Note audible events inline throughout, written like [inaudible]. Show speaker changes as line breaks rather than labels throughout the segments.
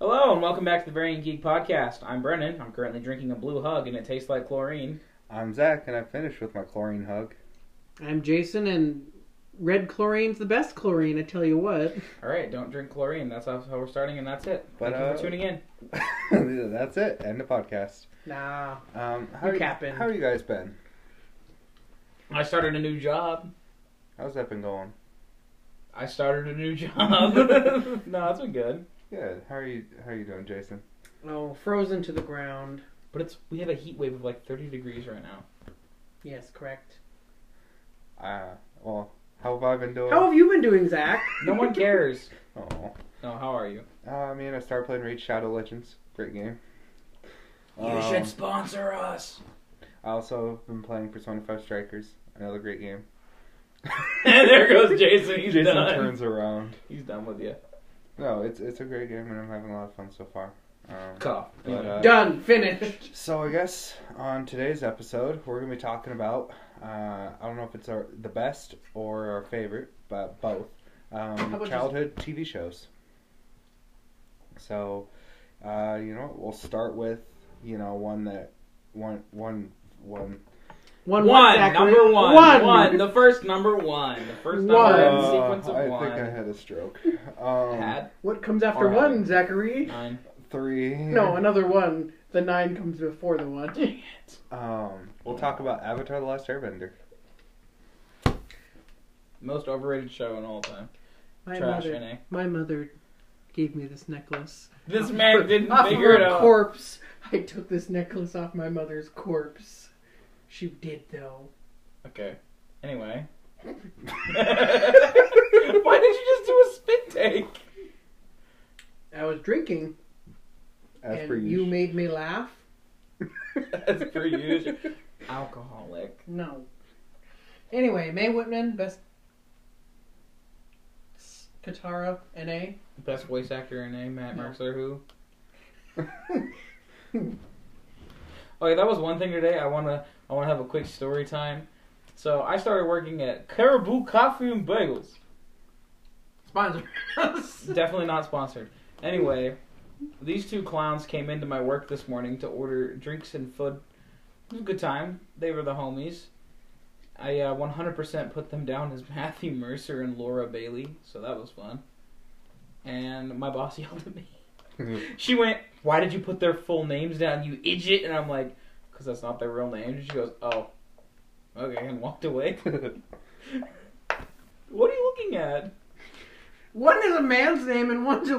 welcome back to the Variant Geek Podcast. I'm Brennan. I'm currently drinking a blue hug, and it tastes like chlorine.
I'm Zach, and I finished with my chlorine hug. [laughs]
I'm Jason, and red chlorine's the best chlorine. I tell you what.
All right, don't drink chlorine. That's how how we're starting, and that's it.
But,
Thank you
uh,
for tuning in.
That's it. End the podcast.
Nah.
Um, how
You
are
capping.
How are you guys been?
I started a new job.
How's that been going?
I started a new job. [laughs] no, that's been good.
Good. How are you? How are you doing, Jason?
Oh, frozen to the ground.
But it's we have a heat wave of like 30 degrees right now.
Yes, correct.
Uh, well, how have I been doing?
How have you been doing, Zach?
No one cares.
Oh,
No, how are you?
uh, I mean, I started playing Raid Shadow Legends. Great game. Um,
sponsor us.
I also have been playing Persona 5 Strikers. Another great game.
And [laughs] there goes Jason. He's
Jason
done.
turns around.
He's done with you.
No, it's it's a great game, and I'm having a lot of fun so far. Um,
Cough.
But, uh,
Done. Finished.
So I guess on today's episode, we're gonna be talking about uh, I don't know if it's our the best or our favorite, but both
about
um,
just-
childhood TV shows. So, uh, you know, we'll start with you know one that one one one.
One. what,
one,
Zachary?
number one,
One.
one, the first number one, the first number
One.
in
Uh,
sequence of
I
one.
think I had a
[laughs]
stroke. Um,
Had
What comes after
Alright.
one, Zachary?
nine.
three.
No, another one. The nine comes before the one.
Um, we'll talk about Avatar: The Last Airbender.
Most overrated show in all time.
[laughs] My
Trash,
mother.
Renee.
My mother gave me this necklace.
This
Off
man
[laughs] her-
didn't
off
figure
her
it out.
Corpse. I took this necklace off my mother's corpse. She did though.
Okay. Anyway. Why did you just do a spit take?
I was drinking,
As
and
per
you
usual.
made me laugh.
As per usual. Alcoholic.
[laughs] No. Anyway, Mae Whitman, best Katara, NA.
Best voice actor in A, Matt
No.
Mercer, who? Okay, that was one thing today. I wanna I wanna have a quick story time. So I started working at Caribou Coffee and Bagels.
Sponsor
[laughs]
us.
Definitely not sponsored. Anyway, these two clowns came into my work this morning to order drinks and food. It was a good time. They were the homies. I uh, 100% put them down as [laughs] Matthew Mercer and Laura Bailey, so that was fun. And my boss [laughs] yelled at me. She went, "Why did you put their full names down, you idiot?" And I'm like, "Cause that's not their real names." And she goes, "Oh, okay," and walked away. [laughs] What are you looking at?
One is a man's name and one's a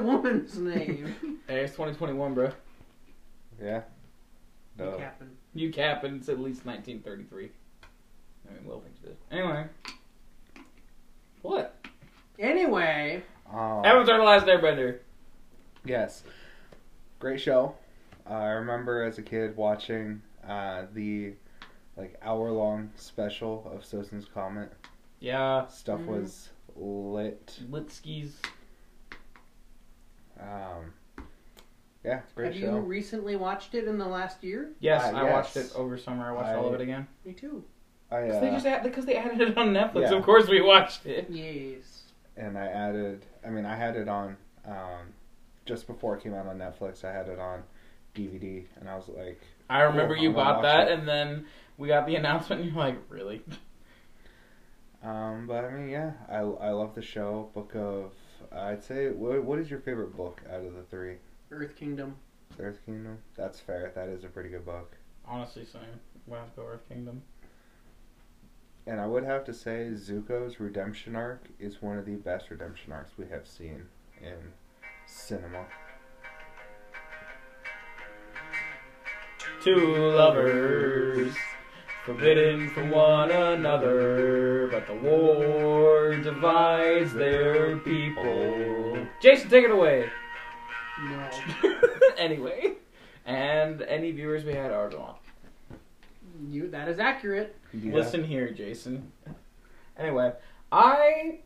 [laughs]
woman's name.
Hey, it's 2021, bro.
[laughs]
[laughs]
yeah. Duh.
It happened.
You cap and it's at least 1933. I mean, Will thinks it is. Anyway. What?
Anyway,
Um,
Avatar The Last Airbender.
Yes. Great show. Uh, I remember as a kid watching uh, the like hour long special of Sosin's Comet.
Yeah.
Stuff
Mhm.
was lit.
Litsky's.
Um, yeah, great
have you
show.
recently watched it in the last year?
Yes,
Ah,
I watched
yes.
it over summer. I watched all of
I-
it again.
Me too.
I,
Because they
uh,
just add, because they added it on Netflix.
Yeah.
Of course we watched it.
Yes.
and I added. I mean, I had it on um, just before it came out on Netflix. I had it on DVD, and I was like,
I remember
Cool,
you
I'm gonna
bought
watch
that,
it.
and then we got the [laughs] announcement, and you're like, really?
um, but I mean, yeah, I I love the show. Book of, I'd say, what what is your favorite book out of the three?
Earth Kingdom.
Earth Kingdom. That's fair. That is a pretty good book.
Honestly, same. We'll have to go Earth Kingdom.
And I would have to say Zuko's redemption arc is one of the best redemption arcs we have seen in cinema.
Two lovers, forbidden from one another, but the war divides their people. Jason, take it away! [laughs]
No.
anyway, and any viewers we had are gone.
You. That is accurate.
Yeah.
Listen here, Jason. Anyway, I,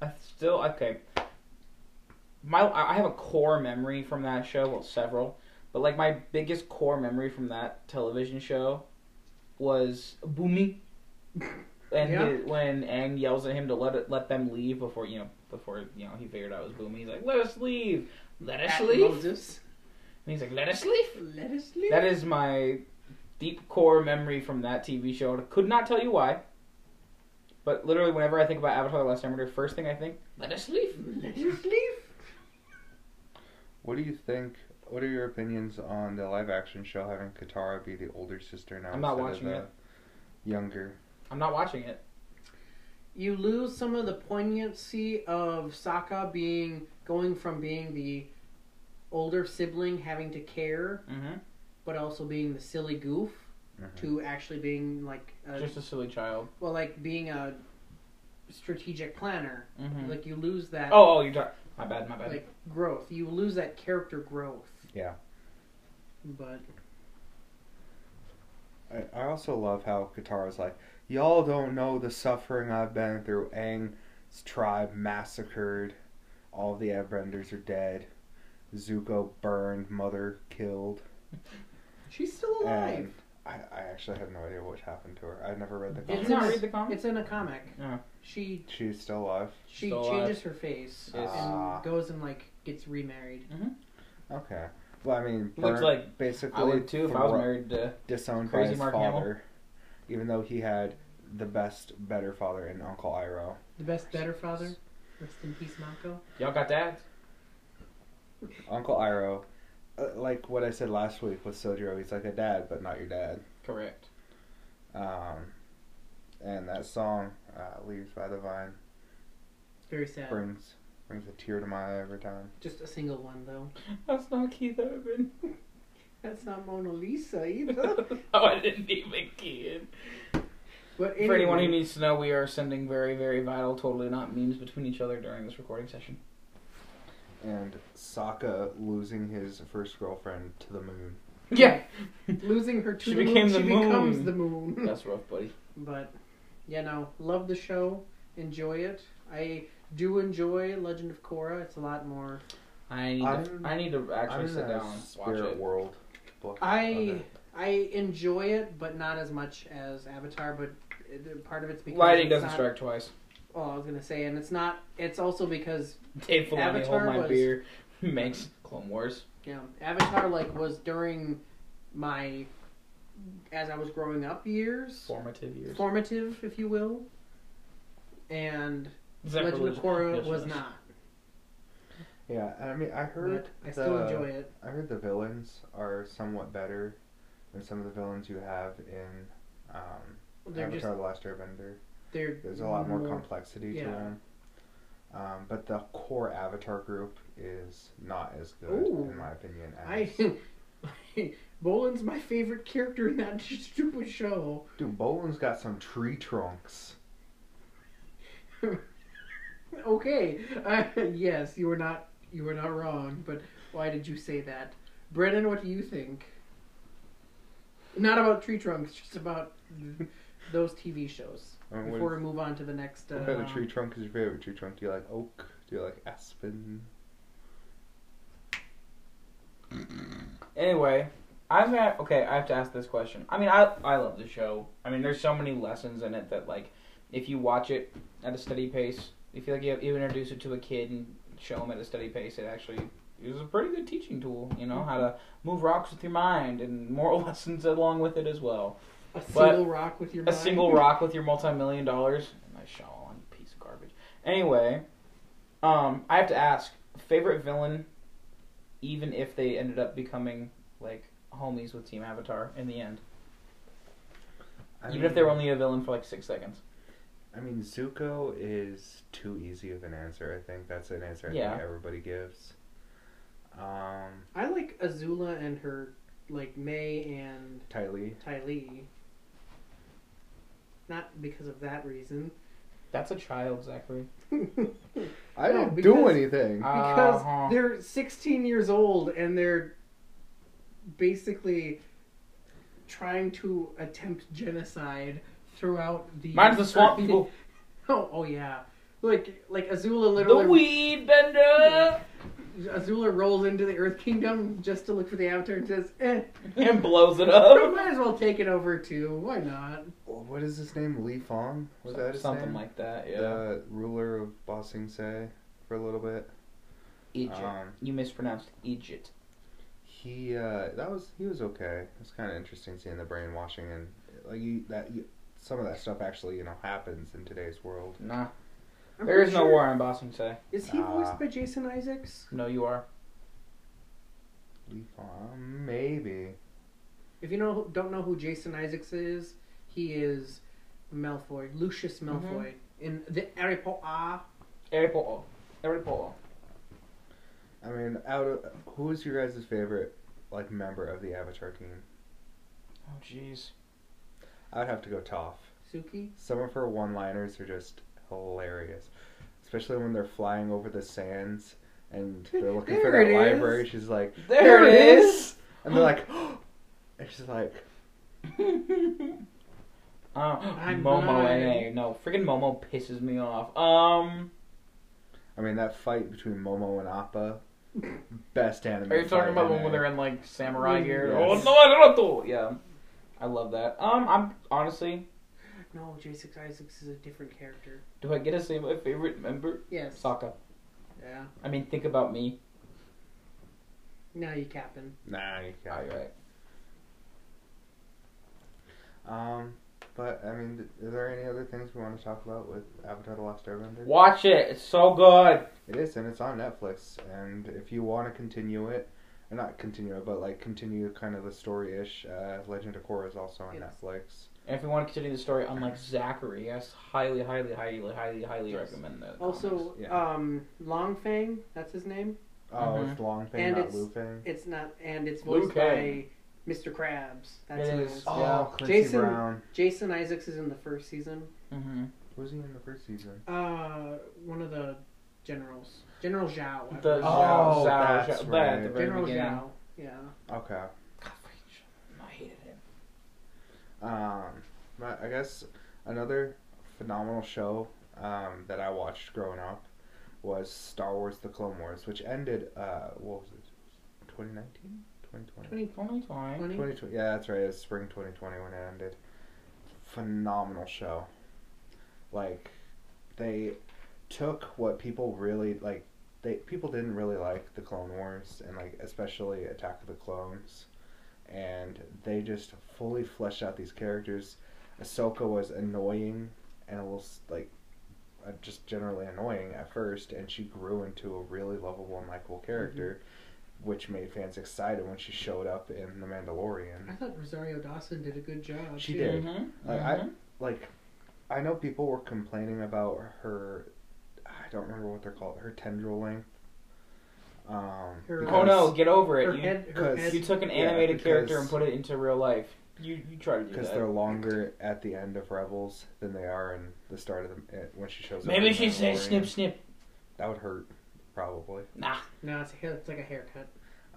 I still okay. My I I have a core memory from that show, well, several, but like my biggest core memory from that television show was Boomy, and
Yeah.
the- when Ang yells at him to let it, let them leave before you know before you know he figured out it was Boomy. He's like, "Let us leave, let us
At
leave."
Moses.
he's like, let us leave.
Let us leave.
That is my deep core memory from that TV show. I could not tell you why. But literally, whenever I think about Avatar: The Last Airbender, first thing I think, let us leave.
Let us leave.
What do you think? What are your opinions on the live action show having Katara be the older sister now?
I'm not
instead
watching
of the Younger.
I'm not watching it.
You lose some of the poignancy of Sokka being going from being the older sibling having to care,
Mm-hmm.
but also being the silly goof
Mhm.
to actually being like a,
Just a silly child.
well, like being a strategic planner.
Mm-hmm.
Like you lose that
oh, oh, you're talking. My bad. My bad.
like growth. You lose that character growth.
Yeah.
But
I, I also love how Katara's like, y'all don't know the suffering I've been through. Aang's tribe massacred, all the Airbenders are dead, Zuko burned, mother killed,
she's still alive.
and I, I actually have no idea what happened to her. I never read the
Did you
comic.
It's
not
in a-
read the comic?
It's in a comic.
Yeah.
She
She's still alive.
she
Still alive.
changes her face
Yes.
Ah.
and goes and like gets remarried.
Okay. Well, I mean,
Looks
burnt-
like
basically
I would too if I was
thro-
married to.
disowned by
Crazy
his
Mark
father,
Hamill.
even though he had the best, better father in Uncle Iroh.
The best better father. Rest in peace, Mako.
Y'all got that?
Uncle Iroh, uh, like what I said last week with Sojiro, he's like a dad, but not your dad.
Correct.
Um, and that song, uh, "Leaves by the Vine,"
Very sad.
brings brings a tear to my eye every time.
Just a single one though.
That's not Keith [laughs] Urban.
That's not Mona Lisa
oh, I didn't even kid.
[laughs] but
For anyone who
anyway,
needs to know, we are sending very, very vital, totally not memes between each other during this recording session.
And Sokka losing his first girlfriend to the moon.
[laughs]
Yeah,
losing her to
She
the
became
moon,
the
she becomes
moon.
the
[laughs]
moon.
that's rough, buddy.
but you know, love the show, enjoy it. I do enjoy Legend of Korra. It's a lot more.
I need
I'm-
to, I need to actually
I'm
sit
in
down
a
and watch
spirit
it.
world. Book
I I enjoy it, but not as much as Avatar. But it- part of it's because
Lightning
it's
doesn't
not-
strike twice.
Oh, I was gonna say, and it's not. It's also because
Dave Filoni, hold
Avatar
my
was-
beer. [laughs] Makes Clone Wars.
you know, Avatar like was during my as I was growing up years,
Formative years.
formative, if you will, and
Is that
Legend
religion?
of Korra
Yes,
was
yes.
not.
yeah, I mean, I heard
But I still
the-
enjoy it.
I heard the villains are somewhat better than some of the villains you have in um,
They're
Avatar:
just
The Last Airbender.
they're
There's a lot more complexity to
Mm-hmm. yeah.
them, um, but the core Avatar group is not as good,
Ooh.
in my opinion.
I
As,
[laughs] Bolan's my favorite character in that [laughs] stupid show.
dude, Bolin's got some tree trunks.
Okay, uh, yes, you were not you were not wrong, but why did you say that, Brennan? What do you think? Not about tree trunks, just about those TV shows.
I mean, what
Before we
is-
move on to the next, uh,
what kind of tree trunk is your favorite tree trunk? Do you like oak? Do you like aspen?
Anyway, I'm gonna okay. I have to ask this question. I mean, I I love the show. I mean, there's so many lessons in it that like, if you watch it at a steady pace, if you like you, you introduce it to a kid and show them at a steady pace, it actually is a pretty good teaching tool. You know how to move rocks with your mind and moral [laughs] lessons along with it as well.
a single rock with your
A
mind.
single rock with your multi-million dollars. Nice shawl on piece of garbage. Anyway, um, I have to ask favorite villain, even if they ended up becoming like homies with Team Avatar in the end,
I
even
mean-
if they were only a villain for like six seconds.
I mean, Zuko is too easy of an answer. I think that's an answer I
Yeah.
think everybody gives. Um,
I like Azula and her like May and
Ty Lee.
Ty Lee. Not because of that reason. [laughs]
That's a child, Zachary.
I
No,
didn't do
because-
anything.
because
Uh-huh.
they're 16 years old and they're basically trying to attempt genocide throughout the
Mine's the swamp
[laughs]
people.
[laughs] oh, oh yeah like like azula
The
literally
weed bender
azula rolls into the earth kingdom just to look for the avatar and says eh
and blows it
we
up.
might as well take it over too why not
What is his name? Li Fong? [laughs] Was that his
Something
name?
like that. Yeah.
the ruler of Ba Sing Se for a little bit.
Egypt.
Um,
you mispronounced Egypt.
he uh, that was he was okay. It was kind of interesting seeing the brainwashing and like you, that you, some of that stuff actually you know happens in today's world.
Nah.
I'm
There is
pretty
no
sure-
war on Boston today.
Is he
Ah.
voiced by Jason Isaacs?
No, you are.
Uh, maybe
If you know don't know who Jason Isaacs is, he is Malfoy, Lucius Malfoy in the Ah, Harry Potter.
Harry Potter. Harry Potter.
I mean out of who is your guys' favorite like member of the Avatar team?
Oh, jeez.
I would have to go Toph.
Suki.
Some of her one-liners are just hilarious, especially when they're flying over the sands and
[laughs]
they're looking for
There
that
it is.
library. She's like,
There,
it
it
is.
is.
and they're like, [gasps] and she's like,
Oh,
I'm
Momo
blind.
NA. No, freaking Momo pisses me off. Um,
I mean that fight between Momo and Appa,
[laughs]
best anime.
are you
fight
talking about when
anime.
they're in like samurai gear?
Yes.
Oh no, I don't know. Yeah, I love that. Um, I'm honestly,
No, Jason Isaacs is a different character.
do I get to say my favorite member?
Yes.
Sokka.
Yeah.
I mean, think about me.
Now you capping.
Nah, you
Yeah,
got
Ah, you're
it.
right.
Um, but I mean, th- is there any other things we want to talk about with Avatar: The Last Airbender?
Watch it. It's so good.
It is, and it's on Netflix. And if you want to continue it, or not continue it, but like continue kind of the story ish, uh, Legend of Korra is also on
Yes.
Netflix.
And if you want to continue the story, unlike Zachary, yes, highly, highly, highly, highly, highly
Yes.
recommend that.
Also,
Yeah.
um, Longfang. That's his name.
Oh,
Mhm.
it's Longfang,
And
not
it's-
Lufang.
It's not, and it's
Liu
voiced by
Kang.
Mr. Krabs. That's
It
who
is.
is.
Oh.
Clancy
Jason-
Brown.
Jason Isaacs is in the first season.
hmm
Was he in the first season?
Uh, one of the generals, General Zhao. I
The
believe.
Zhao,
Oh,
Zhao,
that's
Zhao, bad at the
right.
very
General
beginning.
Zhao. Yeah.
Okay.
God, freaking Zhao. I hated him.
Um, but I guess another phenomenal show um, that I watched growing up was Star Wars: The Clone Wars, which ended uh, what was it, 2019, 2020,
Only time.
2020.
2020. Yeah, that's right. It was spring 2020 when it ended. Phenomenal show. Like, they took what people really like. They people didn't really like the Clone Wars and like especially Attack of the Clones, and they just fully fleshed out these characters. Ahsoka was annoying and a little s- like uh, just generally annoying at first, and she grew into a really lovable and likable character, which made fans excited when she showed up in The
I
Mandalorian.
thought Rosario Dawson did a good job.
She
too.
did.
Mm-hmm.
Like, I- Like, I know people were complaining about her. I don't remember what they're called. Her tendril length. Um,
Her-
oh no,
because-
get over
Her
it. You,
head, her
because
head.
you took an
Yeah,
animated character
because-
and put it into real life. You you try to do
Because
that.
they're longer at the end of Rebels than they are in the start of the eh, when she shows up.
Maybe
in
she said
Mandalorian.
snip snip.
That would hurt, probably.
Nah.
No, it's, a hair, it's like a haircut.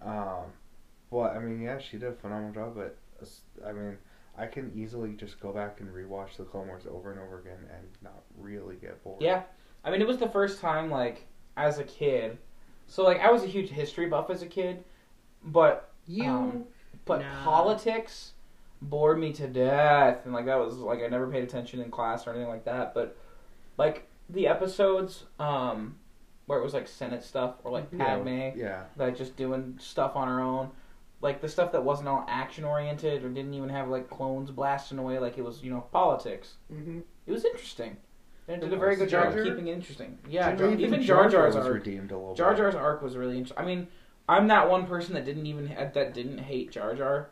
Um, well, I mean, yeah, she did a phenomenal job, but s- I mean, I can easily just go back and rewatch the Clone Wars over and over again and not really get bored.
Yeah. I mean, it was the first time like as a kid. So like I was a huge history buff as a kid, but
You.
Um, but
Nah.
politics bored me to death, and like that was like I never paid attention in class or anything like that. But like the episodes um where it was like Senate stuff or like
Mhm.
Yeah,
Padme.
Yeah.
like just doing stuff on her own. Like the stuff that wasn't all action oriented or didn't even have like clones blasting away, like it was, you know, politics.
hmm
It was interesting. And it did
It
a very
was.
good job
Jar
of
Jar?
keeping it interesting. Yeah,
Jar-
Jar- even
Jar
Jar Jar's
was
arc.
redeemed a little.
Jar
bit.
Jar's arc was really interesting. I mean, I'm that one person that didn't even that didn't hate Jar Jar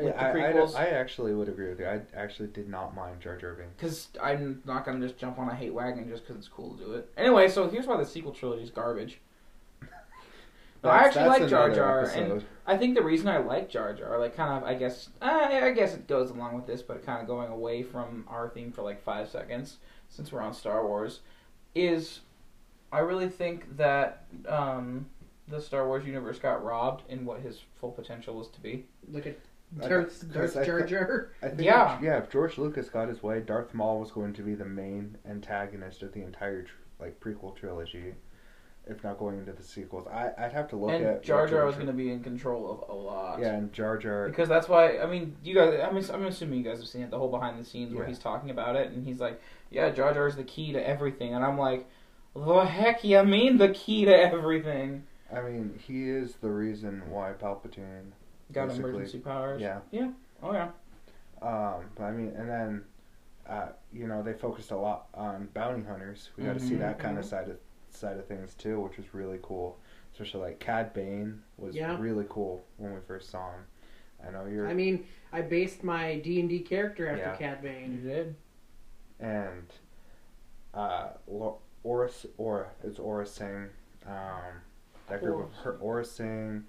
Yeah,
with the
I, I,
prequels.
don't- I actually would agree with you. I actually did not mind Jar Jar being.
because I'm not gonna just jump on a hate wagon just because it's cool to do it. Anyway, so here's why the sequel trilogy is
[laughs]
garbage. No, I
That's-
actually
that's
like Jar
another
Jar, and
episode.
I think the reason I like Jar Jar, like, kind of, I guess, I, I guess it goes along with this, but kind of going away from our theme for like five seconds, since we're on Star Wars, is I really think that um, the Star Wars universe got robbed in what his full potential was to be.
Look at
I-
Darth, Darth
'cause I-
Jar Jar.
I think
Yeah.
If, yeah, if George Lucas got his way, Darth Maul was going to be the main antagonist of the entire tr- like prequel trilogy, if not going into the sequels. I I'd have to look at
and
what
Jar Jar was
Lucas-
going to be in control of a lot.
Yeah, and Jar Jar.
Because that's why I mean, you guys. I'm, ass- I'm assuming you guys have seen it, the whole behind the scenes where
Yeah.
he's talking about it, and he's like, "Yeah, Jar Jar is the key to everything," and I'm like, "The heck you mean the key to everything?"
I mean, he is the reason why Palpatine.
Got
Basically.
emergency powers.
Yeah.
Oh yeah.
Um, but I mean, and then, uh, you know, they focused a lot on bounty hunters. We got to see
Mhm,
that kind of
mhm.
side of side of things too, which was really cool. Especially like Cad Bane was
Yeah.
really cool when we first saw him. I know you're,
I mean, I based my D and D character after
Yeah.
Cad
You
Bane.
did.
and uh, Lo- Oris Aura it's Aura Singh. Um, that group of her Aura Singh,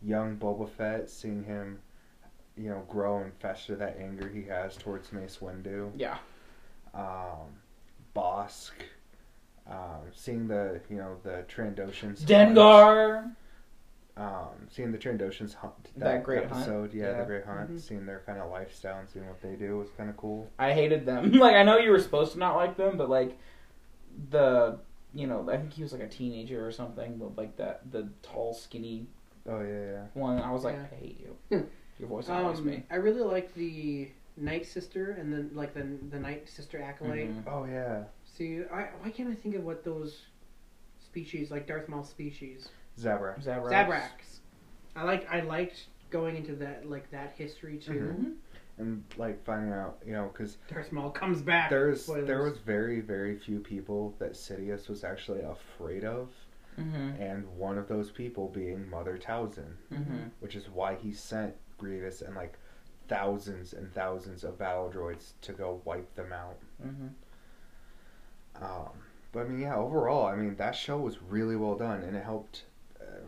young Boba Fett, seeing him, you know, grow and fester that anger he has towards Mace Windu.
Yeah.
um, Bosk, um, seeing the you know the Trandoshans,
Dengar.
um, seeing the Trandoshans hunt
That great hunt?
episode, yeah,
Yeah. Mm-hmm.
the great hunt,
Mhm.
seeing their kind of lifestyle and seeing what they do was kind of cool.
I hated them. [laughs] like I know you were supposed to not like them, but like the you know I think he was like a teenager or something, but like that the tall skinny
Oh yeah, yeah.
one. I was like,
Yeah.
I hate you. Your voice annoys
Um,
me.
I really like the Night Sister and then like the the Night Sister acolyte.
Mhm.
Oh yeah,
See, I, why can't I think of what those species like Darth Maul species
Zabrak.
Zabrax.
Zabraks? I like I liked going into that like that history too.
Mm-hmm.
Mhm.
and like finding out you know because
Darth Maul comes back.
there's
Spoilers.
there was very very few people that Sidious was actually afraid of,
Mhm.
and one of those people being Mother Towson.
Mhm.
which is why he sent Grievous and like thousands and thousands of battle droids to go wipe them out.
Mhm.
Um, but I mean, yeah, overall, I mean, that show was really well done and it helped. Uh,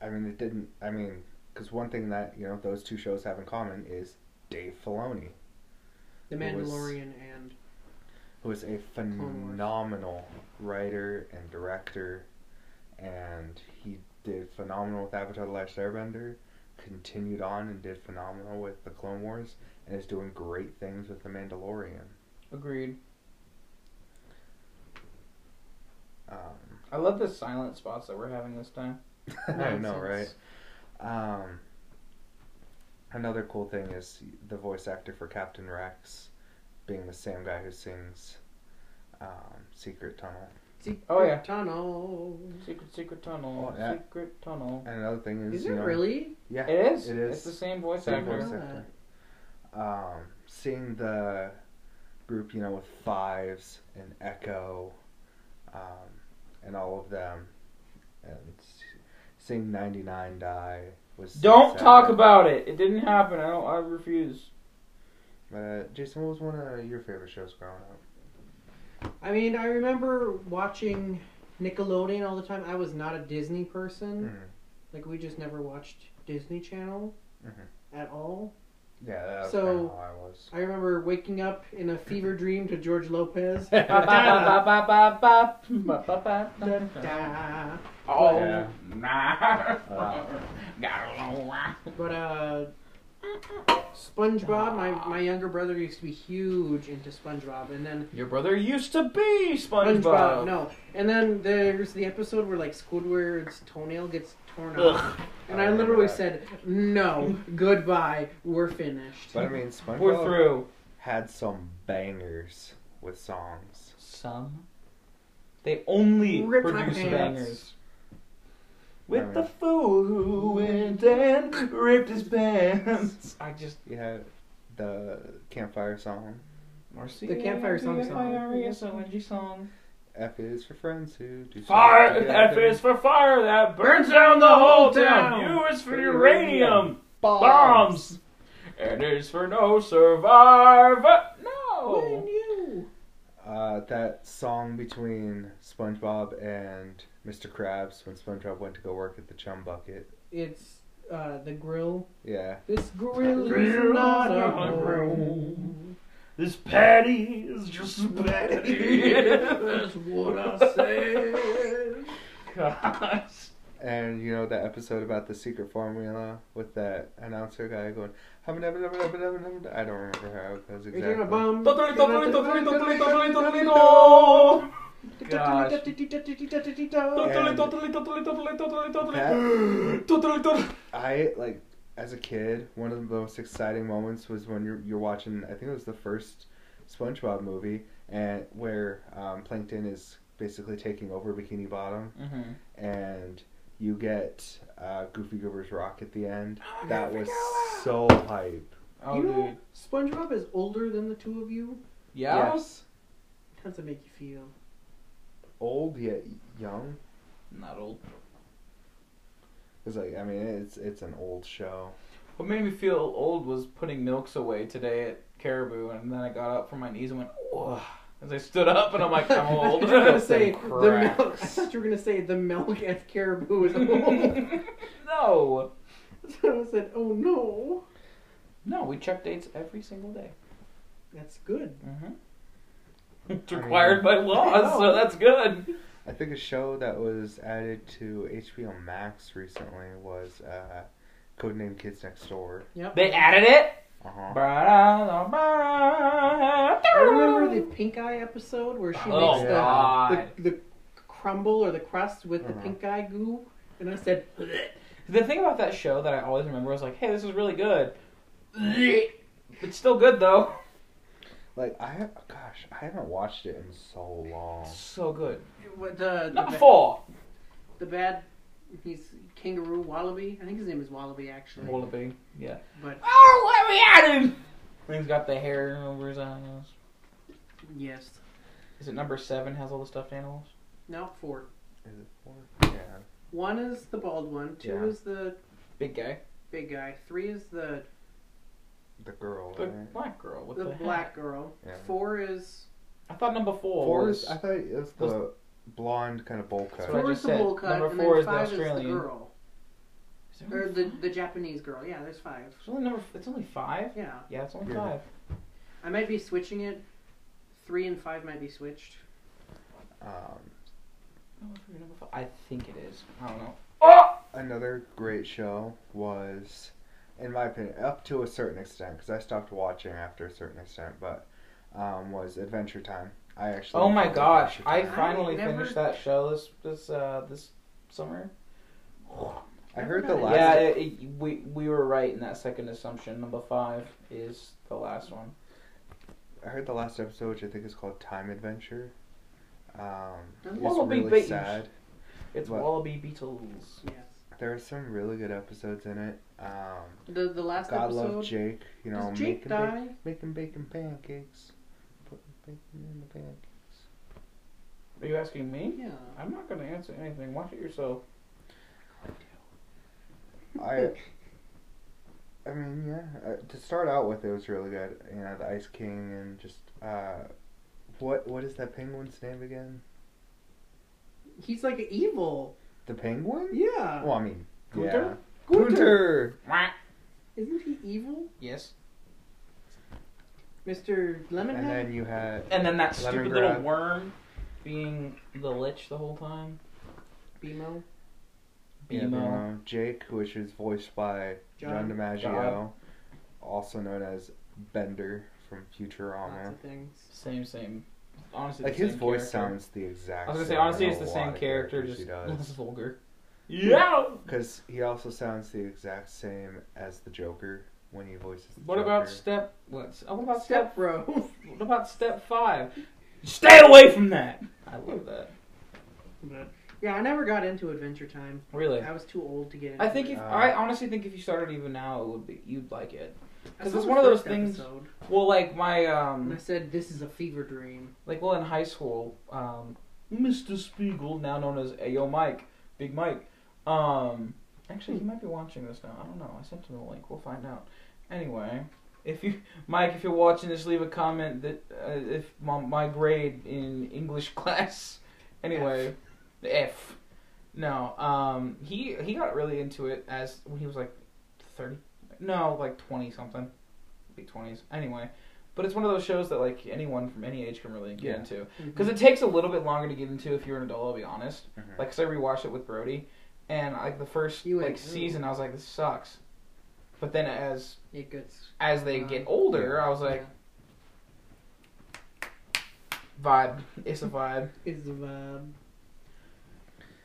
I mean, it didn't, I mean, because one thing that, you know, those two shows have in common is Dave Filoni,
the
it was-
Mandalorian and
who is a
Wars.
phenomenal writer and director, and he did phenomenal with Avatar The Last Airbender, continued on and did phenomenal with The Clone Wars, and is doing great things with The Mandalorian.
Agreed.
Um, [laughs]
I love the silent spots that we're having this time.
I know, right?
nonsense.
Um, another cool thing is the voice actor for Captain Rex being the same guy who sings um, Secret Tunnel.
Secret
Oh, yeah.
Tunnel.
Secret, secret tunnel.
Oh, yeah.
Secret tunnel.
And another thing is,
Is
you
it
know,
really?
Yeah,
It is.
It is.
It's the same voice
Same
actor.
voice actor. Um, seeing the group, you know, with Fives and Echo, um, and all of them, and s- seeing ninety nine die was. so
Don't
sad.
talk about it. It didn't happen. I don't. I
[laughs]
refuse.
But uh, Jason, what was one of your favorite shows growing up?
I mean, I remember watching Nickelodeon all the time. I was not a Disney person.
Hmm.
Mm-hmm.
Like we just never watched Disney Channel
Mhm.
at all.
Yeah, that was
So-
kind of how I was.
I remember waking up in a fever dream to George Lopez.
Ba, ba, ba, ba, ba, ba, ba, ba, ba, ba.
Da.
Oh,
Yeah.
nah. [laughs]
Uh,
But uh SpongeBob, my, my younger brother used to be huge into SpongeBob and then
Your brother used to be SpongeBob.
SpongeBob, no. And then there's the episode where like Squidward's toenail gets torn off.
Ugh.
And
I
I
remember
literally
that.
said, "No, goodbye. We're finished."
but I mean, SpongeBob
[laughs] We're through.
had some bangers with songs.
Some. They only
Rip my
produce
pants.
bangers. With
Alright.
the fool who went and ripped his pants. I just.
You had the campfire song.
Marcy.
The Campfire Song song.
song. song.
F is for friends who do.
Fire!
something
F
together.
is for fire that burns down the whole town.
Down.
U is for uranium
bombs.
bombs. And is for no survivor.
When
No.
you
Uh, that song between SpongeBob and Mr. Krabs when SpongeBob went to go work at the Chum Bucket.
it's uh, the grill.
Yeah.
This grill is
Grill's
not a
not a
home.
This patty is just a patty.
That's what I said.
Gosh.
And you know that episode about the secret formula with that announcer guy going, "Hum, dum, dum, dum, dum, dum, dum." I don't remember how it goes
You're taking a
exactly.
bum.
Gosh.
I like as a kid, one of the most exciting moments was when you're you're watching. I think it was the first SpongeBob movie, and where um, Plankton is basically taking over Bikini Bottom,
Mhm.
and you get uh, Goofy Goober's Rock at the end.
Oh,
That
Goofy
was
Goober!
so hype.
Oh,
you know,
dude.
SpongeBob is older than the two of you.
Yeah.
Yes.
How does it make you feel?
Old yet young.
Not old.
It's like I mean it's it's an old show.
What made me feel old was putting milks away today at Caribou, and then I got up from my knees and went, "Whoa!" As I stood up, and I'm like,
[laughs]
"I'm old."
I thought you were gonna say
Some
the
crap.
milk. I [laughs] thought you were gonna say the milk at Caribou is
[laughs]
old. [laughs]
no,
so I said, "Oh no,
no, we check dates every single day.
that's good."
Mm-hmm. It's
I mean-
required by law, so that's good.
I think a show that was added to HBO Max recently was uh, Codename Kids Next Door.
Yep.
They added it.
Uh huh.
I
I
remember the pink eye episode where she
Oh,
makes
God.
the, the the crumble or the crust with the
Mhm.
pink eye goo, and I said, "Bleh,
The thing about that show that I always remember was like, hey, this is really good.
bleh."
It's still good though.
Like I ha- gosh, I haven't watched it in so long.
So good.
What, uh, the, the,
Number
ba-
four.
the bad, he's kangaroo wallaby. I think his name is wallaby actually,
Wallaby. Yeah.
but
Oh, let me at him. He's got the hair over his eyes.
yes,
Is it number seven? Has all the stuffed animals?
now four.
Is it four? Yeah.
One is the bald one. Two
Yeah.
is the
Big guy.
big guy. Three is the
The girl,
The
right?
black girl with
the
the,
black
hat.
girl.
Yeah.
Four is
I thought number four,
Four
was.
is I thought it was the blonde kind of bowl
what I
cut.
four is
just
the
said.
bowl cut,
Number
and
four
then
is the
five
Australian.
girl
Is there
or
only
the
five?
the Japanese girl. Yeah, there's five.
It's only number. It's only five.
Yeah,
Yeah, it's only
Yeah.
five.
I might be switching it. Three and five might be switched.
Um,
Oh, I forget number five. I think it is. I don't know. Oh,
another great show was, in my opinion, up to a certain extent, because I stopped watching after a certain extent, but um, was Adventure Time. I actually.
oh my
enjoyed
gosh! I
Adventure Time.
finally
never-
finished that show this this uh, this summer.
I heard the last.
Yeah, it, it, we we were right in that second assumption. Number five is the last one.
I heard the last episode, which I think is called Time Adventure. Um,
Doesn't
it's
Wallaby
really
Beach.
sad.
It's
What?
Wallaby Beetles.
Yes.
There are some really good episodes in it. Um,
The the last
God
episode.
love Jake. You know,
Does Jake
making,
die?
Ba- making bacon pancakes, putting bacon in the pancakes.
Are you asking me?
Yeah.
I'm not gonna answer anything. Watch it yourself.
I, I mean, yeah. Uh, to start out with, it was really good. You know, the Ice King and just uh, what what is that penguin's name again?
He's like evil.
The penguin?
Yeah.
Well, I mean,
Gunter?
yeah, Gunter.
Mwah.
Isn't he evil?
Yes.
Mr.
And
Lemonhead?
then you had
And then that stupid little
Lemongrass.
worm being the lich the whole time.
Bimo?
yeah,
Beemo.
Bimo, Jake, which is voiced by John,
John.
DiMaggio,
John.
also known as Bender from
Lots
Oh,
Futurama.
of things.
Same, same. Honestly,
Like
the
his
same
voice
character.
sounds the exact.
I was gonna
same
say
in
honestly,
a
it's the same
lot of
character,
characters
just
he
[laughs]
does.
less vulgar. Yeah.
Because he also sounds the exact same as the Joker when he voices the
What
Joker.
about step? What's? Oh, what about
Step
step? [laughs]
bro.
What about step five? Stay away from that. I love that.
But, yeah, I never got into Adventure Time.
Really.
I was too old to get into
I think
it.
if
Uh,
I honestly think if you started even now, it would be you'd like it.
I
'cause
saw
it's
the
one of those
first
things-
episode,
Well, like my
and I
um,
said, this is a fever dream.
like well in high school, um, Mr. Spiegel, now known as Ayo Mike, Big Mike, um, actually he might be watching this now. I don't know. I sent him the link. We'll find out. Anyway, if you [laughs] Mike, if you're watching this, leave a comment that uh, if my, my grade in English [laughs] class. Anyway, the F. No, um, he he got really into it as when he was like thirty. No, like twenty something, late twenties. Anyway, but it's one of those shows that like anyone from any age can really get
Yeah.
into
Mhm.
because it takes a little bit longer to get into if you're an adult. I'll be honest.
Mhm.
Like, cause I rewatched it with Brody, and like the first
You
like
went, "Ooh."
season, I was like, this sucks. But then as
It gets...
as they
Uh,
get older, I was like, vibe. It's a vibe.
yeah. Is um, the vibe.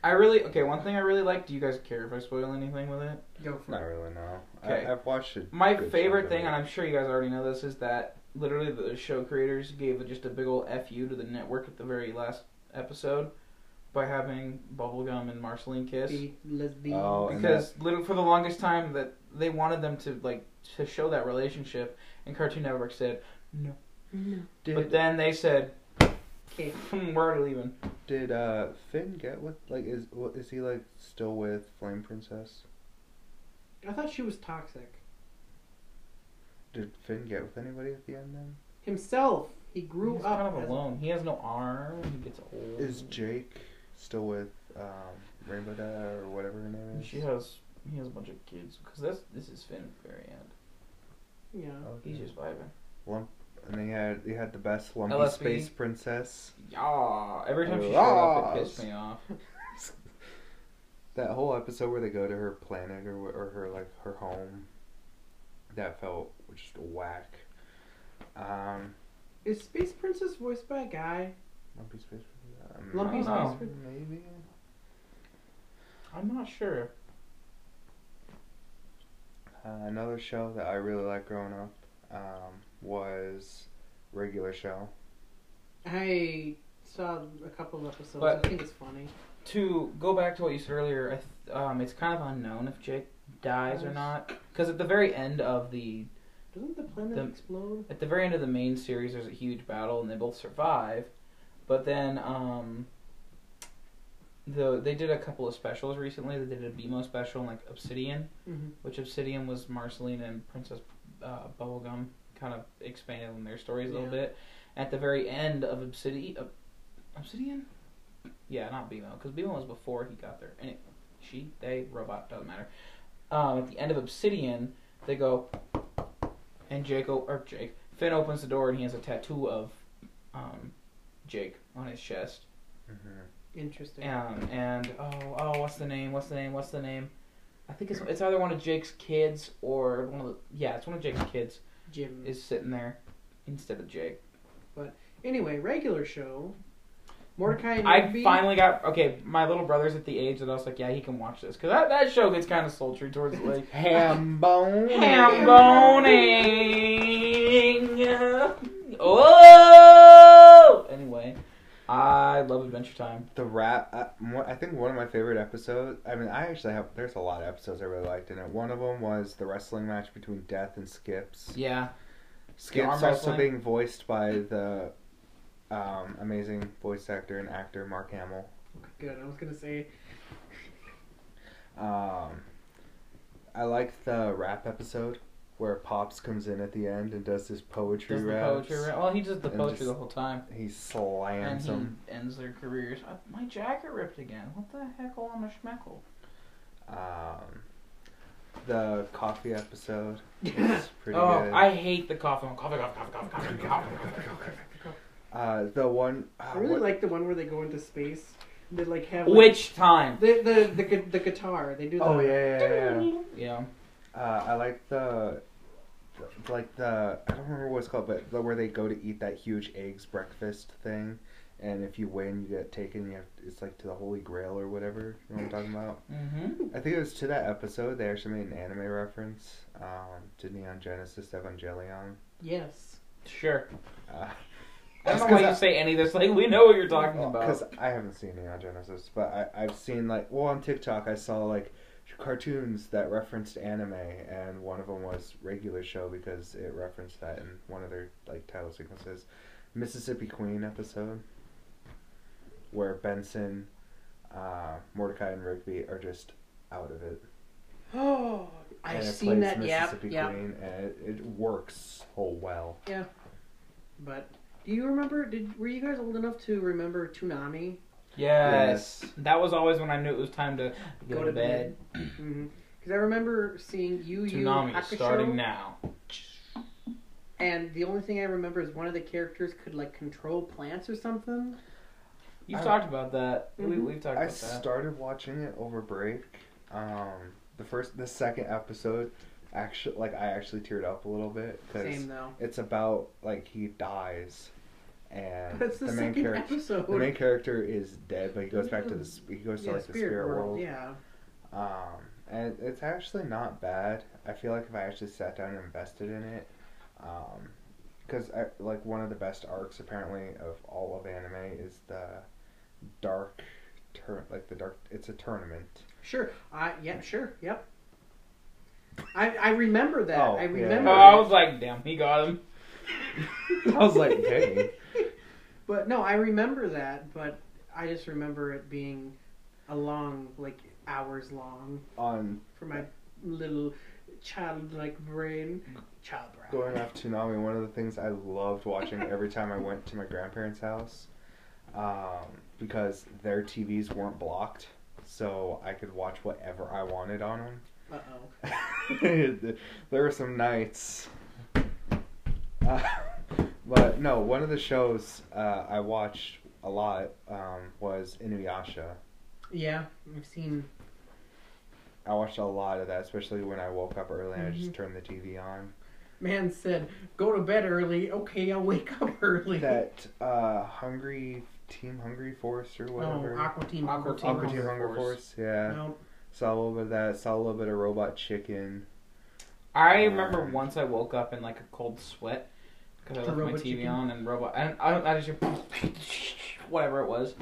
I really okay. One thing I really like. Do you guys care if I spoil anything with it?
Go for
Not
it.
really, no.
Okay.
I, I've watched it.
My favorite thing, and I'm sure you guys already know this, is that literally the show creators gave just a big old fu to the network at the very last episode, by having Bubblegum and Marceline kiss.
Be lesbian.
Oh, and
because lit- for the longest time that they wanted them to like to show that relationship and cartoon network said no
No.
but
Did
then they said "Hmm,
Okay.
we're already leaving
did uh Finn get with like is what is he like still with Flame Princess?
I thought she was toxic.
Did Finn get with anybody at the end then?
Himself, he grew
he's
up.
kind
as
of
a-
alone he has no arm he gets old
Is Jake still with um Rainbow Dad or whatever her name is?
she has he has a bunch of kids because that's this is Finn at the very end
Yeah.
Okay.
he's just vibing
And they had they had the best lumpy
LSB.
space princess.
yeah every time she showed up it
Yes.
pissed me off
That whole episode where they go to her planet or wh- or her like her home, that felt just whack. Um,
Is Space Princess voiced by a guy?
lumpy space. Princess? Um,
Lumpy
I don't
Space Princess.
Maybe.
I'm not sure
Uh, another show that I really liked growing up um, was regular show.
I saw a couple of episodes.
But-
I think it's funny.
to go back to what you said earlier, I th- um, it's kind of unknown if Jake dies or
Dies.
not because at the very end of the
Doesn't the planet
The-
explode?
at the very end of the main series there's a huge battle and they both survive but then um the they did a couple of specials recently they did a BMO special and like obsidian
Mm-hmm.
which obsidian was marceline and princess uh, bubblegum kind of expanded on their stories a little
Yeah.
bit at the very end of obsidian obsidian yeah not BMO because BMO was before he got there anyway she they robot doesn't matter um, at the end of obsidian they go and Jake o- or Jake Finn opens the door and he has a tattoo of um, Jake on his chest.
Mm-hmm.
Interesting.
Um, and oh oh what's the name? What's the name? What's the name? I think it's it's either one of Jake's kids or one of the yeah it's one of Jake's kids
Jim.
is sitting there instead of Jake.
Anyway, regular show. Mordecai and
I
Rigby.
finally got okay. My little brother's at the age that I was like yeah he can watch this because that that show gets kind of sultry towards
[laughs]
like
Ham bone.
Ham boning. Oh. Anyway, I love Adventure Time.
The rap. I, mo- I think one of my favorite episodes. I mean, I actually have. There's a lot of episodes I really liked in it. One of them was the wrestling match between Death and Skips.
Yeah. The
Skip's
arm
also
wrestling.
being voiced by the um, amazing voice actor and actor Mark Hamill.
Good. I was
[laughs]
gonna say.
Um, I like the rap episode where Pops comes in at the end and does his poetry
Does the
raps.
poetry rap? Well, he does the
And
poetry
just-
the whole time,
He slams
and
him.
he ends their careers. Uh, my jacket ripped again. What the heckle on a schmeckle?
Um, the coffee episode
yeah.
[gasps]
is pretty
oh,
good.
I hate the coffee. Coffee, coffee, coffee, coffee, coffee, coffee. coffee.
Uh, the one. Uh,
I really
what-
like the one where they go into space. They like have like,
Which time?
the, the the gu- the guitar. They do.
Oh
the,
yeah, yeah, yeah.
Yeah.
Uh, I like the, the- like the I don't remember what it's called, but the, where they go to eat that huge eggs breakfast thing, and if you win, you get taken. You have it's like to the Holy Grail or whatever. You know what I'm talking about?
Mm-hmm.
I think it was to that episode. They actually made an anime reference um, to Neon Genesis Evangelion.
[gasps]
Yes.
Sure.
Uh, [laughs]
I Oh, don't
just
know
'cause
why you say any of this. Like we know what you're talking about.
Because Oh, I haven't seen Neon Genesis, but I, I've seen like well on TikTok I saw like cartoons that referenced anime, and one of them was regular show because it referenced that in one of their like title sequences, Mississippi Queen episode, where Benson, uh, Mordecai, and Rigby are just out of it.
Oh, I've
and it
seen
plays
that. Yeah. Yeah.
Queen, and it, it works so well.
But do you remember? Did were you guys old enough to remember Toonami?
Yes. That was always when I knew it was time to go, to, bed. [clears throat]
Mhm. Because I remember seeing Yu Yu
Tsunami
Hakusho,
starting now.
and the only thing I remember is one of the characters could like control plants or something.
You've
I-
talked about that. We,
Mhm.
we've talked
I
about that.
started watching it over break. Um, the first, the second episode, actually, like I actually teared up a little bit because
Same though.
it's about like he dies, and
That's the,
the main
second
character,
episode.
the main character is dead, but he goes back to the sp- he goes
yeah,
to like the
spirit, world. Yeah.
Um, and it's actually not bad. I feel like if I actually sat down and invested in it, um, because like one of the best arcs apparently of all of anime is the dark tur like the dark. It's a tournament.
Sure. I yeah. Sure. Yep. I I remember that.
Oh,
I
yeah.
Oh,
remember.
I
that.
was like, damn, he got him.
I was like, dang.
But no, I remember that. But I just remember it being a long, like hours long
On
for my little childlike brain. Child brain.
going off tsunami, one of the things I loved watching every time I went to my grandparents' house, um, because their TVs weren't blocked, so I could watch whatever I wanted on them.
Uh oh.
[laughs] there were some nights. Uh, [laughs] but no, one of the shows uh, I watched a lot um, was Inuyasha.
Yeah, I've seen.
I watched a lot of that, especially when I woke up early and I just
Mhm.
turned the TV on.
Man said, "Go to bed early." Okay, I'll wake [laughs] up early.
That uh, Hungry Team Hungry Force or
no,
whatever.
Oh, Aqua Team.
Aqua Team
Aqua Team Hunger
Force.
Force, yeah.
No.
Saw a little bit of that. Saw a little bit of Robot Chicken.
I remember
Mm.
once I woke up in like a cold sweat because I
The
left my
Robot
TV
Chicken?
on and robot and I, I just [laughs] whatever it was.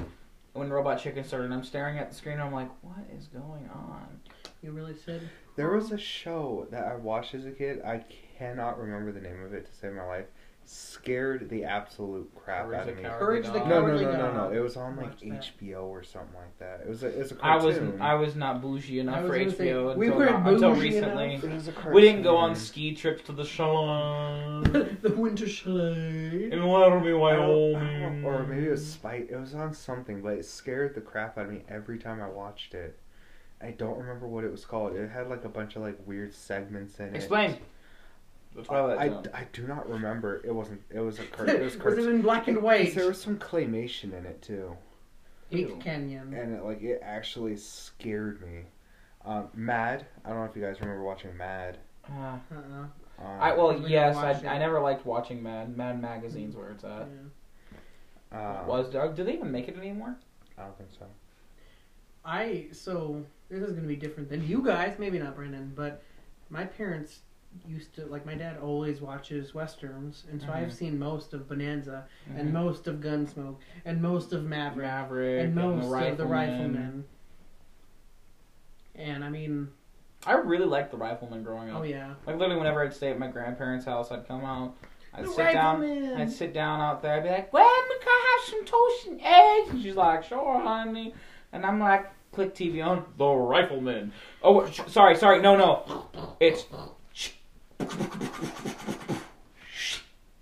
When Robot Chicken started, I'm staring at the screen. I'm like, what is going on?
You really said.
There was a show that I watched as a kid. I cannot remember the name of it to save my life. Scared the absolute crap
Courage
out
the
of me.
Cowardly
Courage the
Dog.
No, no,
Cowardly
no, no,
Dog.
no. It was on like
Watch that.
HBO or something like that. It was a, it was a
I was
cartoon.
I was not bougie enough
I was
for
gonna
HBO
say,
until,
we weren't
not- until
bougie enough.
recently.
It was a cartoon.
We didn't go on ski trips to the
[laughs]
Shalom
the Winter Chalet.
in Laramie,
I don't-
Wyoming,
I don't- or maybe it was Spite. It was on something, but it scared the crap out of me every time I watched it. I don't remember what it was called. It had like a bunch of like weird segments in it.
Explain. The Twilight
I,
Zone.
I do not remember. It wasn't. It was a cur- it was
Was [laughs] it
cartoon.
in black and white?
There was some claymation in it too,
Ew.
Big Canyon.
and it like it actually scared me. Um, Mad. I don't know if you guys remember watching Mad.
Ah.
Uh-uh.
Um,
I well
We don't
yes I,
watch it.
I never liked watching Mad Mad magazines where it's
Yeah.
at
um,
was Doug do they even make it anymore
I don't think so.
I so this is gonna be different than you guys, maybe not Brennan, but my parents used to like my dad always watches westerns, and so I've
Mhm.
seen most of Bonanza and most of Gunsmoke and most of Maverick
Mm-hmm. Maverick
and most of the
Rifleman
Rifleman. And I mean,
I really liked the Rifleman growing up
oh yeah,
like literally whenever I'd stay at my grandparents house I'd come out I'd
The
sit down
Rifleman!
I'd sit down out there I'd be like well we could have some toast and eggs and she's like sure honey and I'm like click TV on the Rifleman oh sh- sorry sorry no no it's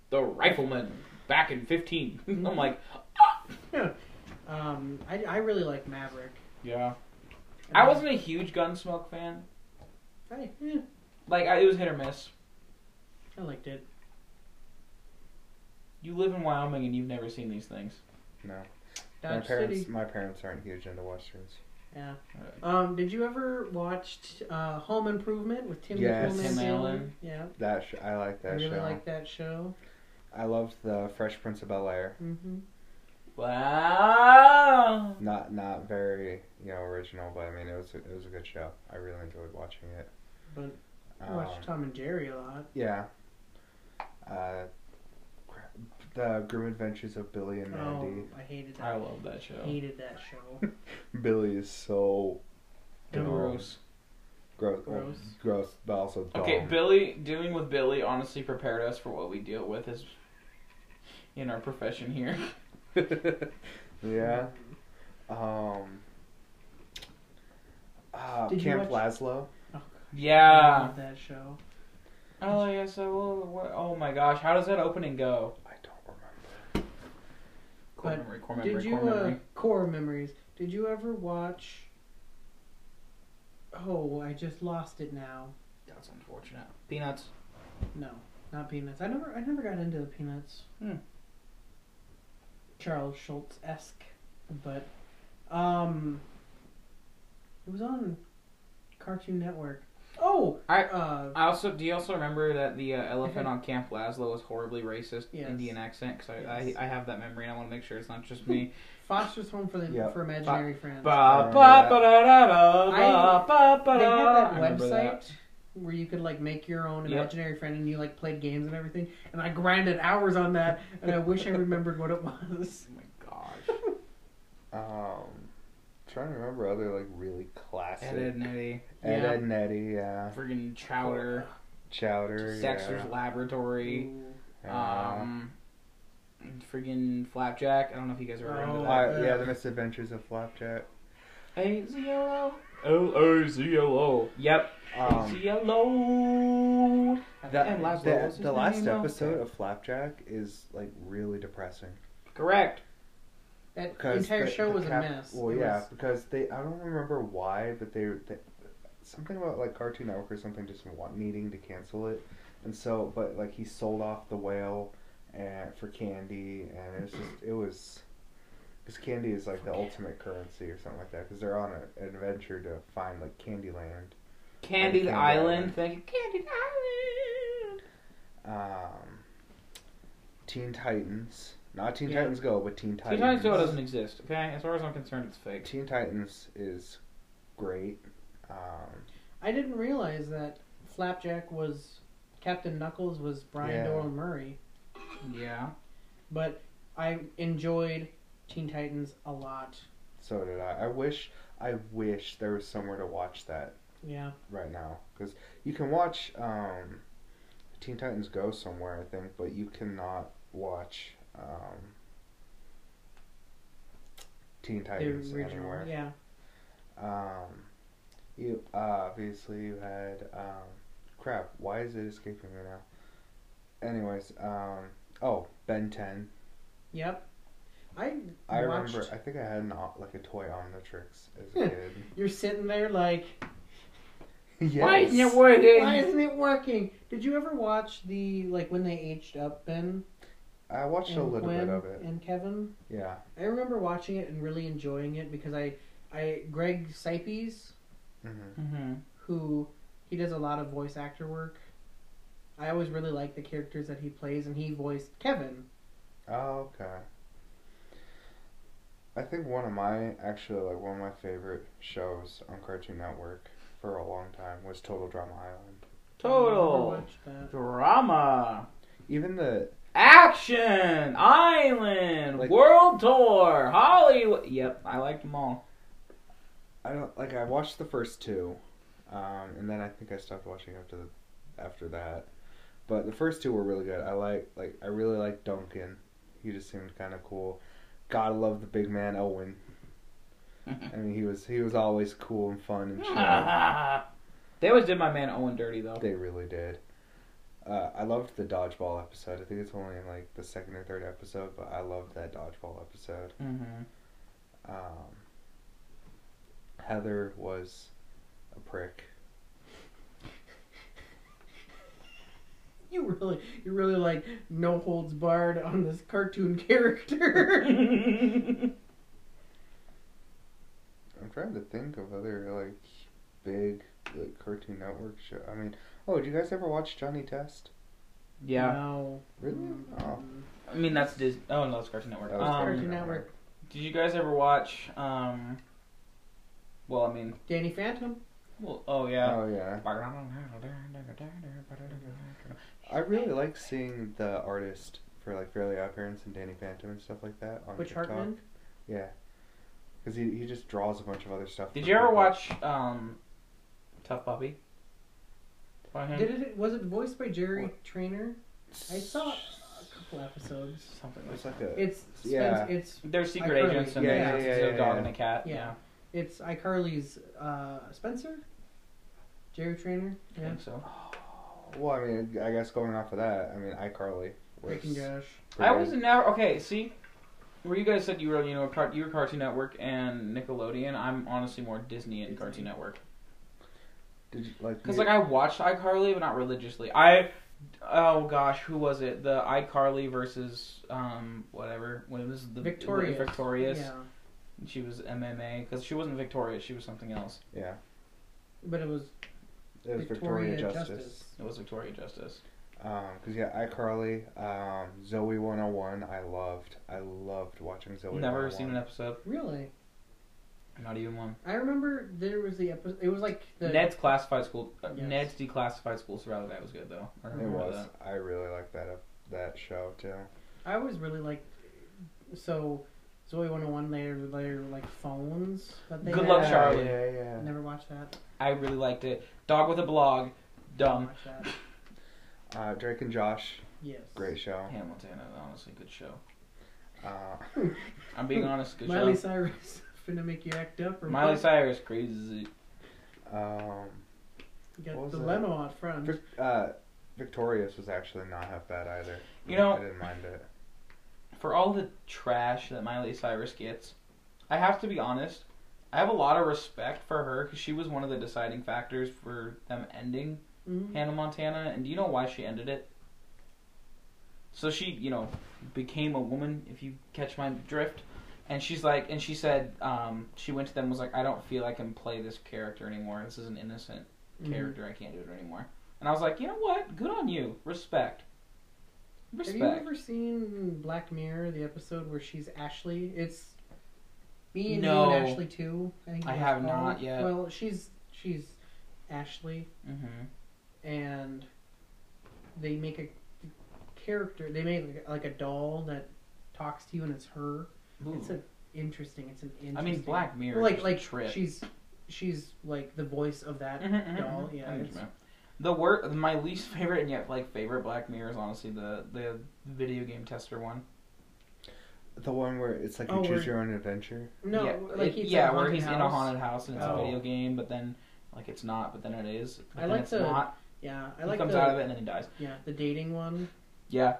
the Rifleman back in 15 [laughs] I'm like
Um, I, I really like Maverick.
Yeah. I wasn't a huge Gunsmoke fan.
I, eh,
Like, I, it was hit or miss.
I liked it.
You live in Wyoming and you've never seen these things.
No. my
Dodge
parents.
City.
My parents aren't huge into westerns.
Yeah.
Alright.
Um, did you ever watch uh, Home Improvement with Tim
Yes.
Nicholman?
Tim
and
Allen.
Yeah,
That sh- I like that
I really
show.
like that show.
I loved the Fresh Prince of Bel Air.
Mm-hmm.
Wow.
Not not very you know original, but I mean it was a, it was a good show. I really enjoyed watching it.
But I
Um,
Uh,
watched Tom and Jerry a lot.
yeah. Uh, crap, the Grim Adventures of Billy and Mandy.
Oh, I hated that.
I love that show.
hated that
[laughs]
show.
Billy is so dumb.
Gross.
Gross. well,
Gross.
uh, gross, but also dumb.
Okay, Billy, dealing with Billy honestly prepared us for what we deal with is in our profession here.
[laughs] yeah. Um. Uh,
Did you
Camp
watch-
Laszlo.
Oh, I
Yeah.
love that show.
[laughs] Oh, yes, I will. what- Oh my gosh, how does that opening go?
I don't remember.
Core
But
memory, core memory,
Did you
core memory.
uh, core memories? Did you ever watch? Oh, I just lost it now.
That's unfortunate. Peanuts.
No, not peanuts. I never, I never got into the peanuts.
Hmm.
Charles Schultz esque, but um, it was on Cartoon Network. Oh,
I-
uh,
I also do you also remember that the uh, elephant on Camp Laszlo was horribly racist
Yes.
Indian accent because I,
Yes.
I I have that memory and I want to make sure it's not just me.
Foster's Home for the
Yeah.
for Imaginary Friends.
ba,
remember
ba,
that.
ba, da, da, da,
I-
ba, ba,
they had
da.
that
I remember
website
that.
where you could like make your own
Yep.
imaginary friend and you like played games and everything. And I grinded hours on that, and I wish I remembered what it was.
Oh my gosh!
Um, trying to remember other like really classic.
Ed, Ed, and Eddie.
Ed,
Yeah.
Ed and Eddie, yeah.
Friggin' Chowder.
Chowder,
Dexter's
yeah.
Laboratory.
Ooh.
yeah.
Um, friggin' Flapjack. I don't know if you guys ever into
Oh,
that.
Uh, yeah, the misadventures of Flapjack.
A Z L O L O Z L O. Yep.
Um,
Z L O.
That,
And uh, Laszlo,
the-
what's his
the last
name, uh,
episode of Flapjack is like really depressing
Correct.
That
because
entire
the-
show
the
was
cap-
a mess.
Well,
It
yeah,
was-
because they I don't remember why, but they, they something about like Cartoon Network or something just want, needing to cancel it, and so but like he sold off the whale and for candy, and it was just it was because candy is like the ultimate currency or something like that because they're on a, an adventure to find like Candyland.
Candied
Candy
Island.
Island.
Thank you. Candied Island.
um, Teen Titans. Not Teen
Yeah.
Titans Go, but Teen
Teen
Titans.
Titans Go doesn't exist. Okay, as far as I'm concerned, it's fake.
Teen Titans is great. Um,
I didn't realize that Flapjack was Captain Knuckles was Brian
Yeah.
Doyle Murray,
Yeah.
but I enjoyed Teen Titans a lot.
so did I. I wish, I wish there was somewhere to watch that
Yeah,
right now because you can watch um, Teen Titans Go somewhere, I think, but you cannot watch um, Teen
the
Titans anywhere.
original. Yeah,
Um, you obviously you had um, crap. Why is it escaping me now? Anyways, um, oh Ben Ten.
yep. I
I
watched. Hmm.
remember. I think I had an o- like a toy Omnitrix as a kid.
You're sitting there like,
yes.
Why isn't it
why
working?
isn't it working? Did you ever watch the like when they aged up Ben
I watched
and
a little
Gwen
bit of it.
and Kevin?
Yeah.
I remember watching it and really enjoying it because I, I Greg Sipes
Mm-hmm.
Mm-hmm.
who he does a lot of voice actor work. I always really like the characters that he plays, and he voiced Kevin.
Oh, okay. I think one of my actually like one of my favorite shows on Cartoon Network for a long time was Total Drama Island.
I
Total
never watched that. [laughs]
drama.
Even the
Action Island
Like-
World Tour Hollywood. Yep, I liked them all.
I don't like. I watched the first two, um, and then I think I stopped watching after the, after that. But the first two were really good. I like like I really like Duncan. He just seemed kind of cool. Gotta love the big man Owen. I mean, he was he was always cool and fun
[laughs]
and chill.
they always did my man Owen dirty though.
they really did. Uh, I loved the dodgeball episode. I think it's only in, like the second or third episode, but I loved that dodgeball episode.
Mm-hmm.
Um, Heather was a prick.
You really, you really like no holds barred on this cartoon [laughs] character.
I'm trying to think of other like big like Cartoon Network show. I mean, oh, did you guys ever watch Johnny Test?
yeah,
No.
Really? Oh,
Mm.
I mean that's Disney. Oh no, that's Cartoon Network.
that was
Um,
Cartoon
Cartoon Network.
Network.
Did you guys ever watch? um Well, I mean,
Danny Phantom.
well, oh yeah.
Oh yeah. I really like seeing the artist for like Fairly Odd Parents and Danny Phantom and stuff like that on
Butch
TikTok.
Hartman.
Yeah, because he he just draws a bunch of other stuff.
Did
for
you ever
people.
watch um Tough Puppy? By him?
Did it? Was it voiced by Jerry
What?
Trainer? I saw a couple episodes.
Something like
It's like a.
It's Spence,
Yeah.
It's
They're secret
iCarly.
agents and
Yeah,
yeah,
yeah,
it's
yeah,
a
yeah,
dog
yeah.
and a cat. Yeah.
Yeah. it's iCarly's uh, Spencer. Jerry Trainer.
I
Yeah.
think so.
Oh, well, I mean, I guess going off of that, I mean, iCarly. was
Breaking Josh.
pretty
I
good.
was never okay. See, where you guys said you were, you know, car, you were Cartoon Network and Nickelodeon. I'm honestly more Disney and Cartoon Network
Did you, like
because
you-
like I watched iCarly, but not religiously. I oh gosh, who was it? The iCarly versus um whatever. When it was the
Victorious.
Victorious.
Yeah.
She was MMA because she wasn't Victorious. She was something else.
yeah,
But it was
it was Victoria,
Victoria, Justice.
Justice.
It was Victoria Justice.
Um, cause yeah, iCarly, um, Zoe 101, I loved. I loved watching Zoe.
Never
101.
seen an episode.
Really?
Not even one.
I remember there was the episode. It was like the.
Ned's classified school. uh,
Yes.
Ned's declassified school survival guy was good though. I
It
remember
was.
that.
I really liked that ep- that show uh, too.
I always really liked. So, Zoe 101 later, later like phones. That they
Good
had.
Luck Charlie.
Yeah, yeah.
I Never watched that.
I really liked it. Dog with a blog, dumb.
Watched that.
Uh, Drake and Josh,
Yes.
great show.
Hamilton, uh, honestly, good show.
Uh,
I'm
[laughs]
being honest, good
Miley
show.
Cyrus [laughs] finna make you act up. Or
Miley
what?
Cyrus, crazy.
um, What
You Got
was
the
that?
limo out front.
Vic- uh, Victorious was actually not half bad either.
You know-
I didn't mind it.
For all the trash that Miley Cyrus gets, I have to be honest. I have a lot of respect for her because she was one of the deciding factors for them ending
Mhm.
Hannah Montana. And do you know why she ended it? So she, you know, became a woman, if you catch my drift. And she's like, and she said, um, she went to them and was like, I don't feel I can play this character anymore. This is an innocent
Mhm.
character. I can't do it anymore. And I was like, you know what? Good on you. Respect.
Have
Respect.
you ever seen Black Mirror, the episode where she's Ashley? It's me and you
No.
and Ashley too. I, think
I
it was
have
called.
not yet.
Well, she's she's Ashley,
hmm
and they make a character. They make like, like a doll that talks to you, and it's her. It's an interesting. It's an interesting.
I mean, Black Mirror.
Well,
is
like
just
like
trip.
she's she's like the voice of that
Mhm, mhm,
[laughs] doll.
mhm. [laughs] I
Yeah,
know what you
it's-
mean. The word, my least favorite and yet like favorite Black Mirror is honestly the the video game tester one.
The one where it's like you
Oh,
choose
where-
your own adventure.
no,
yeah,
like
it-
he's
yeah,
a
where he's in a
house.
haunted house and it's
Oh.
a video game, but then like it's not, but then it is. But
I
then
like
it's
the-
not.
Yeah, I
he
like
comes
the
out of it and then he dies.
yeah the dating one,
Yeah,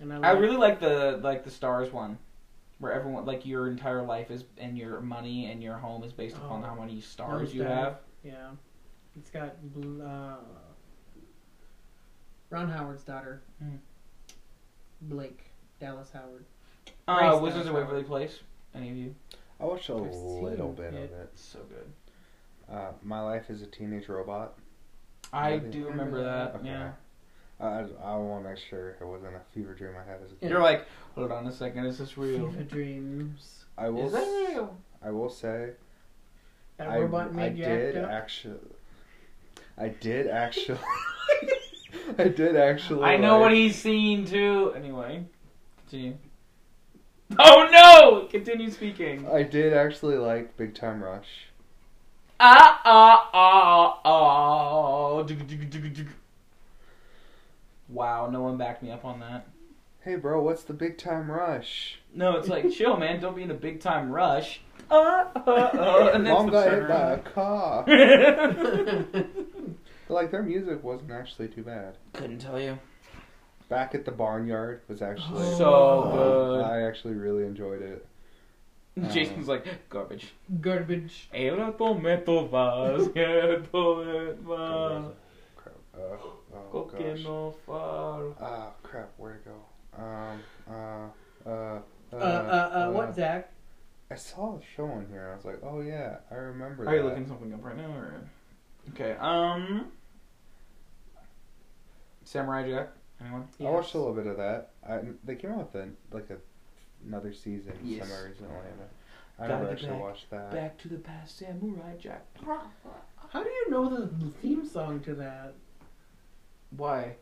and I,
I
like-
really like the like the stars one, where everyone like your entire life is and your money and your home is based upon
Oh.
how many stars
Nosedive.
you have.
Yeah, it's got bl- uh, Ron Howard's daughter,
Hmm.
Blake Dallas Howard.
Uh,
Grace
Wizards of
Dallas
Waverly Place. Any of you?
I watched a
I've
little
seen
bit
it.
of it.
It's so good.
Uh, My life is a teenage robot.
I
Really?
do
Remember
remember that.
that.
Uh, Yeah.
I, I want to make sure it wasn't a fever dream I had as a kid.
You're like, hold on a second, is this [laughs] real?
Fever Dreams.
I will.
Is that
s-
real?
I will say.
That
I,
robot made
I
you
did
act up.
actually. I did actually. I did actually.
I know
like-
what he's seen too. Anyway, continue. [laughs] Oh no! Continue speaking.
I did actually like Big Time Rush.
Ah ah ah ah. Dug, dug, dug, dug. Wow, no one backed me up on that.
Hey, bro, what's the Big Time Rush?
No, it's like chill, man. Don't be in a big time rush. Ah ah ah. [laughs] And that's
Mom
the
got
third
hit by a
round.
car. [laughs]
[laughs]
like their music wasn't actually too bad.
Couldn't tell you.
Back at the barnyard was actually
So
Um,
good.
I actually really enjoyed it. Um,
Jason's like garbage.
Garbage.
Era tomato vas, era tomato
Oh, Crap. Uh, oh
vas,
gosh.
no far.
Ah, crap. Where to go? Um. Uh. Uh. Uh.
Uh, uh, uh, what, Zach?
I saw a show on here and I was like, oh yeah, I remember.
Are you
that.
looking something up right now? Or... Okay, um. Samurai Jack? Anyone?
I watched a little bit of that. I, they came out with a, like a, another season
Yes.
somewhere recently. And I, I
Gotta
never
get
actually
back-
watched that.
Back to the past, Samurai Jack.
How do you know the theme song to that?
Why?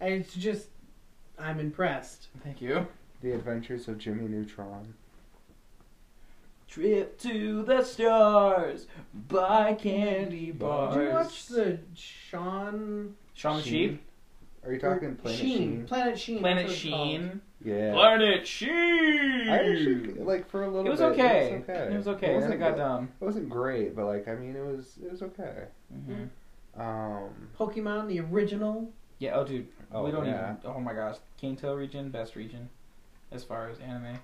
It's just, I'm impressed.
Thank you.
The Adventures of Jimmy Neutron.
Trip to the stars by candy bars.
Did you watch the Sean?
Shaun the Sheep?
Are you talking Planet
Sheen?
Sheen?
Planet Sheen.
Planet
that's what it's called.
Sheen?
Yeah.
Planet Sheen!
I actually like for a
it
little.
was
bit,
okay.
It was okay.
It was um, okay. and it
wasn't
got
good-
dumb.
It wasn't great, but like I mean, it was it was okay.
Mm-hmm.
Um.
Pokemon, the original.
Yeah. Oh, dude.
Oh,
we don't
yeah.
even. Oh my gosh. Kanto region, best region, as far as anime.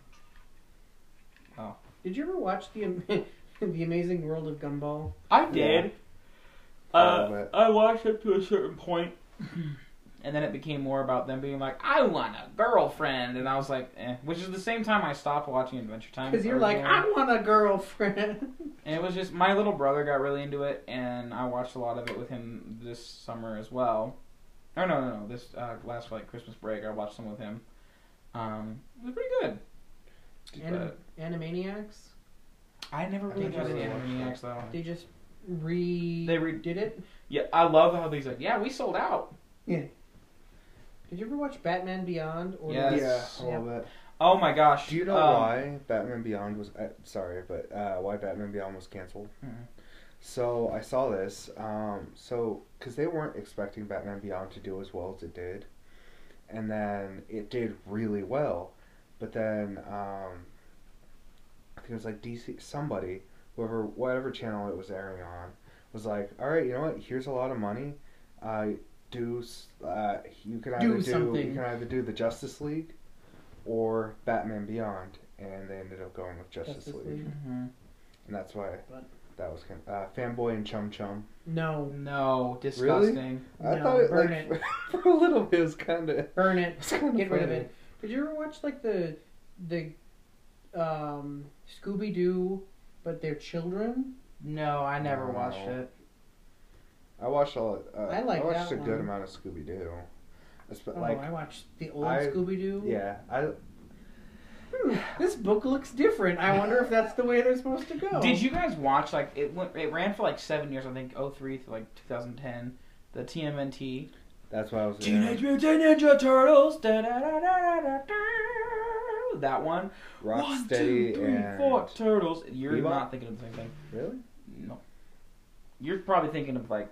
Did you ever watch the Am- [laughs] the Amazing World of Gumball?
I
did.
Uh,
Love it.
I watched up to a certain point, [clears throat] and then it became more about them being like, "I want a girlfriend," and I was like, "eh," which is the same time I stopped watching Adventure Time.
Because you're like, I
originally.
want a girlfriend.
[laughs] and it was just my little brother got really into it, and I watched a lot of it with him this summer as well. Oh no, no, no! This uh, last like Christmas break, I watched some with him. Um, it was pretty good.
Anim- Animaniacs.
I never
I
really
think I
got into
really
watched
Animaniacs though.
that.
They just re
They re-
did it.
Yeah, I love how these like, yeah, we sold out.
Did you ever watch Batman Beyond? Or
Yes.
Yeah,
that's-
a little bit.
Oh my gosh.
Do you know
um,
why Batman Beyond was uh, sorry, but uh, why Batman Beyond was canceled?
Mhm.
So I saw this. Um, so because they weren't expecting Batman Beyond to do as well as it did, and then it did really well, but then um, I think it was like DC somebody whoever whatever channel it was airing on was like, all right, you know what? Here's a lot of money. Uh, do s- uh, you can either do,
something.
you can either do the Justice League or Batman Beyond, and they ended up going with Justice,
Justice
League.
League.
Mhm.
and that's why
But-
that was kind of, uh, fanboy and chum chum.
No,
No, disgusting.
I
No,
thought it
burn
like [laughs] for a little bit it was kind of
burn it.
it's kind of
Get rid of it. Did you ever watch like the the um, Scooby Doo, but they're children?
No, I never
No.
watched it.
I watched all. Uh, I
I like
watched
that
a good
one.
amount of Scooby Doo.
Oh,
Like
I watched the old
I-
Scooby Doo.
yeah, I
Hmm, this book looks different. I wonder if that's the way they're supposed to
[laughs]
go.
Did you guys watch like it? Went, it ran for like seven years, I think, 03 to like 2010. The TMNT.
that's why I was.
Teenage Mutant Ninja Turtles. Da, da, da, da, da, da. That one. One, two,
Rocksteady
three,
and
four turtles. You're
Bebop?
not thinking of the same thing.
really
No. You're probably thinking of like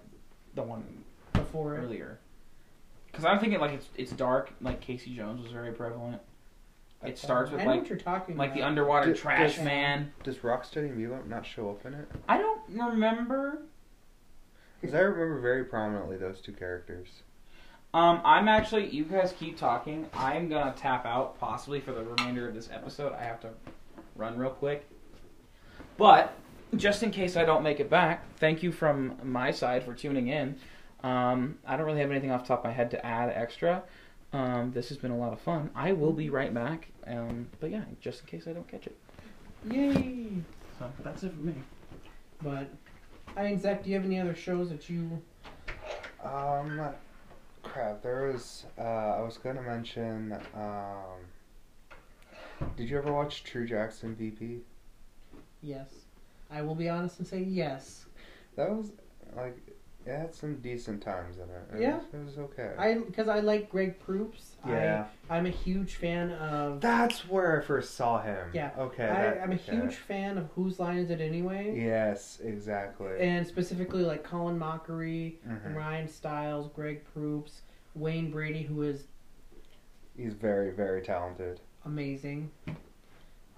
the one
before? it?
earlier. Because I'm thinking like it's it's dark. Like Casey Jones was very prevalent. It starts with
I know
like
what you're talking
like the
about.
underwater
Di-
trash
dis-
man.
does Rocksteady and Bebop not show up in it?
I don't remember.
Because I remember very prominently those two characters.
Um, I'm actually. You guys keep talking. I'm gonna tap out possibly for the remainder of this episode. I have to run real quick. But just in case I don't make it back, thank you from my side for tuning in. Um, I don't really have anything off the top of my head to add extra. Um, this has been a lot of fun. I will be right back. Um, but yeah, just in case I don't catch it.
Yay!
So that's it for me.
But I mean, Zach, do you have any other shows that you?
Um, crap. There was. Uh, I was gonna mention. Um, did you ever watch True Jackson VP?
Yes, I will be honest and say yes.
That was like it had some decent times in it. It
Yeah.
was, it was okay.
I because I like Greg Proops.
yeah,
I, I'm a huge fan of.
that's where I first saw him.
Yeah,
Okay.
I,
that-
I'm a
okay.
huge fan of Whose Line Is It Anyway?
Yes, exactly.
And specifically like Colin Mockery,
Mhm.
Ryan Stiles, Greg Proops, Wayne Brady, who is
He's very, very talented.
amazing.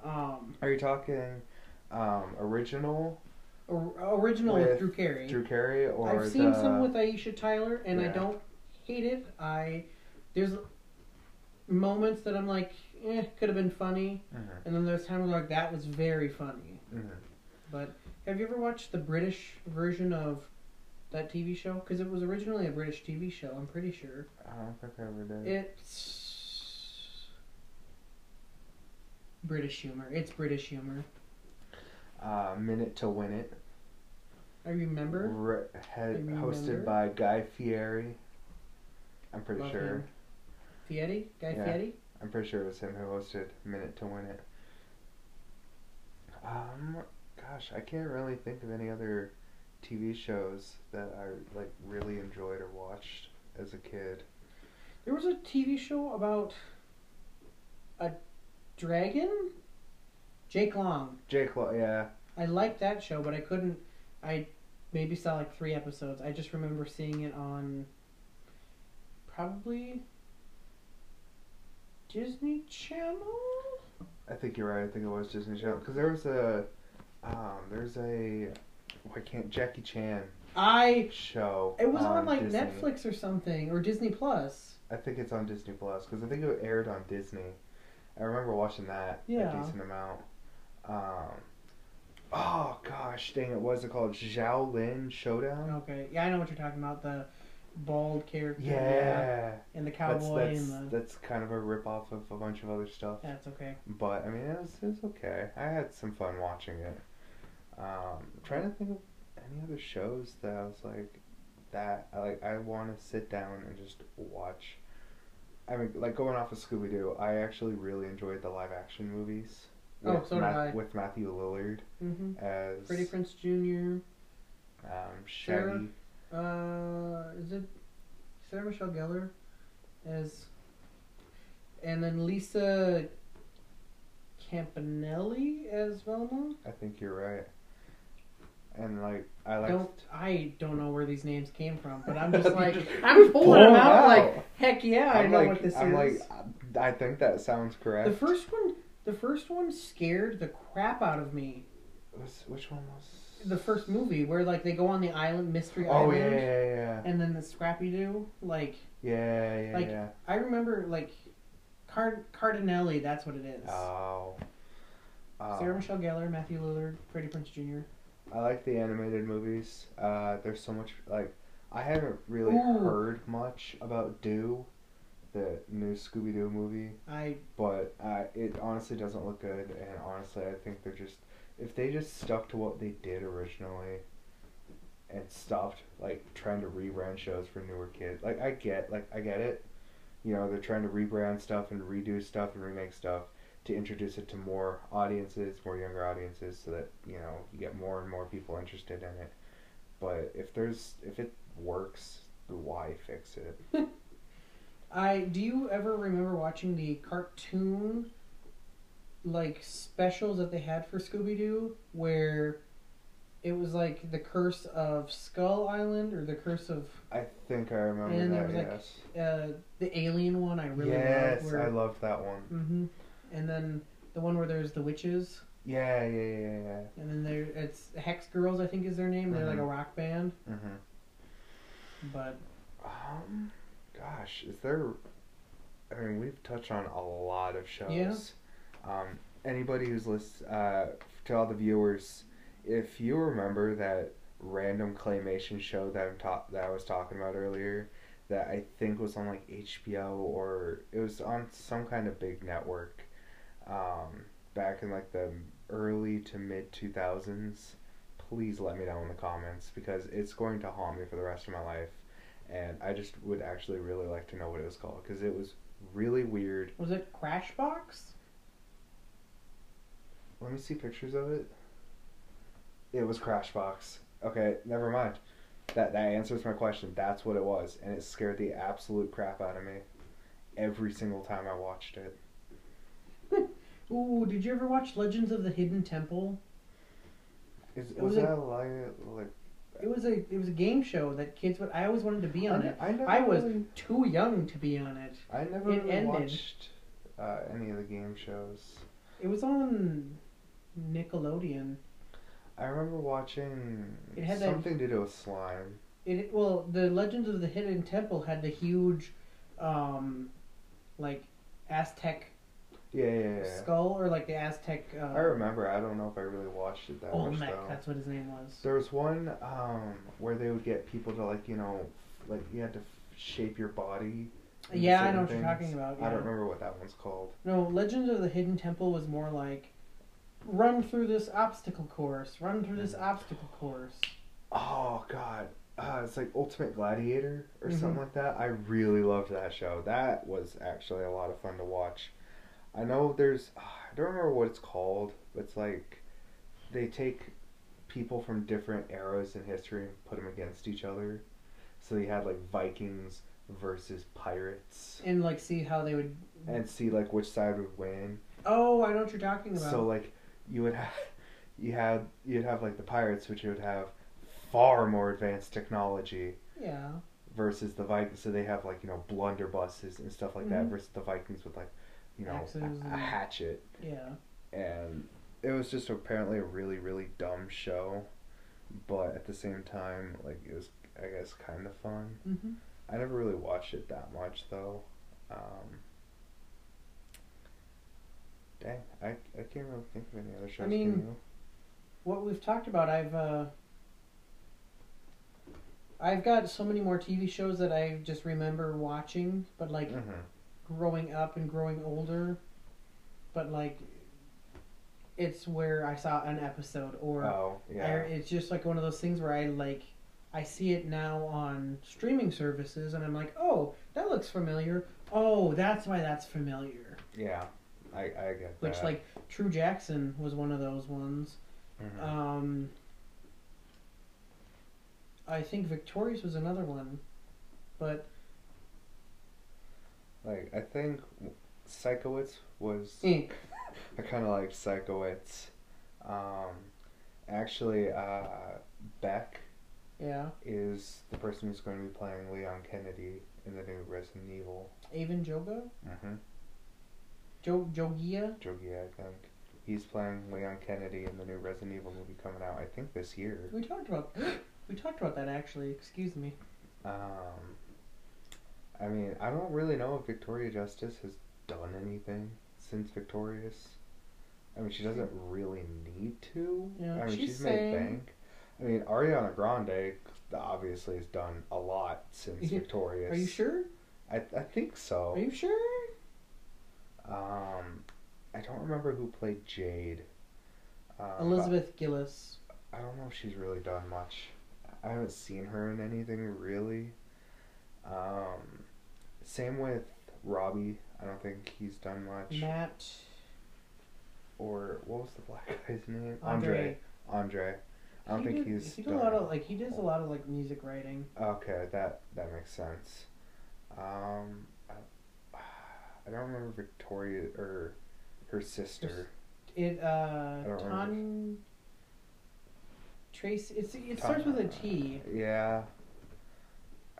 Um,
Are you talking um, original
or, original with,
With
Drew Carey.
Drew Carey or
I've seen
the-
some with Aisha Tyler, and I
Yeah.
don't hate it. I there's moments that I'm like, eh, could have been funny,
Mhm,
and then there's times where like that was very funny.
mhm.
But have you ever watched the British version of that TV show? Because it was originally a British TV show. I'm pretty sure
I don't think I ever did.
it's British humor. It's British humor.
uh, Minute to Win It.
I remember.
Re- had,
I
hosted
remember.
by Guy Fieri. I'm pretty
Love
sure.
him. Fieri, Guy
Yeah.
Fieri.
I'm pretty sure it was him who hosted Minute to Win It. Um, gosh, I can't really think of any other TV shows that I like really enjoyed or watched as a kid.
There was a TV show about a dragon? Jake Long.
Jake, Lo- yeah,
I liked that show, but I couldn't. I maybe saw like three episodes. I just remember seeing it on probably Disney Channel?
I think you're right. I think it was Disney Channel because there was a, um, there's a, why can't Jackie Chan
I.
show?
It was on, like
Disney.
Netflix or something, or Disney Plus.
I think it's on Disney Plus because I think it aired on Disney. I remember watching that
Yeah.
a decent amount. Um, oh gosh, dang it! What is it called? Shaolin Showdown.
Okay, yeah, I know what you're talking about. The bald character.
Yeah,
And the
that's
cowboy
that's
and the.
that's kind of a rip off of a bunch of other stuff.
That's okay.
But I mean, it was, it was okay. I had some fun watching it. Um, I'm trying to think of any other shows that I was like that. I like I want to sit down and just watch. I mean, like going off of Scooby Doo, I actually really enjoyed the live action movies.
Oh,
with
so did I.
With Matthew Lillard
hmm
as
Freddie Prince Jr.
um, Shaggy.
Sarah? Uh, is it Sarah Michelle Gellar as, and then Lisa Campanelli as Velma.
I think you're right. And like I like
Don't I don't know where these names came from, but
[laughs]
I'm
You
just like
just
I'm pulling them
blown
out.
out.
Like heck yeah, i
I'm
know
like
what this
I'm
is.
like I think that sounds correct.
the first one, the first one scared the crap out of me.
Was- which one was
The first movie where like they go on the island, mystery
Oh yeah,
island,
yeah, yeah,
and then the Scrappy Doo. Like
yeah, yeah,
Like-
yeah.
I remember like Card Cardinelli. That's what it is.
Oh. Um,
Sarah Michelle Gellar, Matthew Lillard, Freddie Prince Jr.
I like the animated movies. Uh, there's so much like I haven't really
Ooh.
heard much about Do, the new Scooby Doo movie,
I
but uh, it honestly doesn't look good. And honestly, I think they're just if they just stuck to what they did originally, and stopped like trying to rebrand shows for newer kids. Like I get, like I get it. You know, they're trying to rebrand stuff and redo stuff and remake stuff to introduce it to more audiences, more younger audiences, so that you know you get more and more people interested in it. But if there's if it works, why fix it?
I do you ever remember watching the cartoon like specials that they had for Scooby Doo where it was like the curse of Skull Island or the curse of
I think I remember
And there
that.
was, like,
yes,
uh, the alien one I really
yes,
loved. Where,
I loved that one.
hmm And then the one where there's the witches
Yeah, yeah, yeah, yeah.
and then there it's Hex Girls I think is their name. They're like
Mhm.
a rock band,
yeah. Mhm.
but
Um, gosh, is there? I mean, we've touched on a lot of shows.
Yeah.
Um, anybody who's listening, uh, to all the viewers, if you remember that random claymation show that I'm ta- that I was talking about earlier, that I think was on like HBO or it was on some kind of big network, um, back in like the early to mid two thousands. Please let me know in the comments because it's going to haunt me for the rest of my life and I just would actually really like to know what it was called because it was really weird.
was it Crashbox?
Let me see pictures of it. It was Crashbox. Okay, never mind. That that answers my question. That's what it was, and it scared the absolute crap out of me every single time I watched it.
Ooh, did you ever watch Legends of the Hidden Temple?
Is,
It
was
was a-
that like like
It was a it was a game show that kids would. I always wanted to be on
I,
it.
I never
I was
really,
too young to be on it.
I never
it
really
ended.
watched uh, any of the game shows.
It was on Nickelodeon.
I remember watching
It had that-
something to do with slime.
It well, the Legends of the Hidden Temple had the huge, um, like Aztec
Yeah, yeah, yeah.
skull or like the Aztec. Uh,
I remember. I don't know if I really watched it that much
Olmec.
though.
That's what his name was.
There was one um, where they would get people to like you know, like you had to f- shape your body. into
Yeah, I know
certain
what you're talking about,
I
yeah.
don't remember what that one's called.
No, Legends of the Hidden Temple was more like, run through this obstacle course. Run through this obstacle course.
Oh God, uh, it's like Ultimate Gladiator or something
Mhm.
like that. I really loved that show. That was actually a lot of fun to watch. I know there's, uh, I don't remember what it's called. But it's like they take people from different eras in history and put them against each other. So you had like Vikings versus pirates.
And like see how they would.
and see like which side would win.
Oh, I know what you're talking about.
So like you would [laughs] have you had you'd have like the pirates, which would have far more advanced technology
yeah.
versus the Vikings. So they have like you know blunderbusses and stuff like that
Mhm.
versus the Vikings with like you know
Axes
a,
and-
a hatchet.
Yeah.
And it was just apparently a really really dumb show, but at the same time like it was I guess kind of fun.
Mm-hmm.
I never really watched it that much though. Um, dang, I, I can't really think of any other shows. can
mean-
you?
what we've talked about i've uh i've got so many more tv shows that i just remember watching but like
Mhm.
growing up and growing older but like it's where i saw an episode or
oh yeah,
I, it's just like one of those things where i like i see it now on streaming services and i'm like oh that looks familiar oh that's why that's familiar
yeah, I I get
which
that.
like true jackson was one of those ones
Mhm.
Um, I think Victorious was another one, but
like I think Psychowitz was
eh.
I kind of like Psychowitz. Um, actually, uh, Beck
Yeah.
is the person who's going to be playing Leon Kennedy in the new Resident Evil.
Avon Jogo?
Mm-hmm.
Jo- Jogia?
Jogi, I think. He's playing Leon Kennedy in the new Resident Evil movie coming out, I think, this year.
We talked about [gasps] we talked about that actually. Excuse me.
Um, I mean, I don't really know if Victoria Justice has done anything since Victorious. I mean, she doesn't really need to.
Yeah,
I mean,
she's
she's made
saying-
bank. I mean, Ariana Grande obviously has done a lot since
Yeah.
Victorious.
Are you sure?
I, I think so.
Are you sure?
Um, I don't remember who played Jade. Um, but
Elizabeth Gillis.
I don't know if she's really done much. I haven't seen her in anything really. Um, same with Robbie. I don't think he's done much.
Matt
Or what was the black [laughs] guy's name?
Andre.
Andre. Andre. I don't
He
think
did-
he's
he did
done.
a lot of like he does a lot of like music writing.
Okay, that that makes sense. Um, I, [sighs] I don't remember Victoria or her sister.
It uh
don't remember.
Ton Trace it's it starts with a T.
Yeah.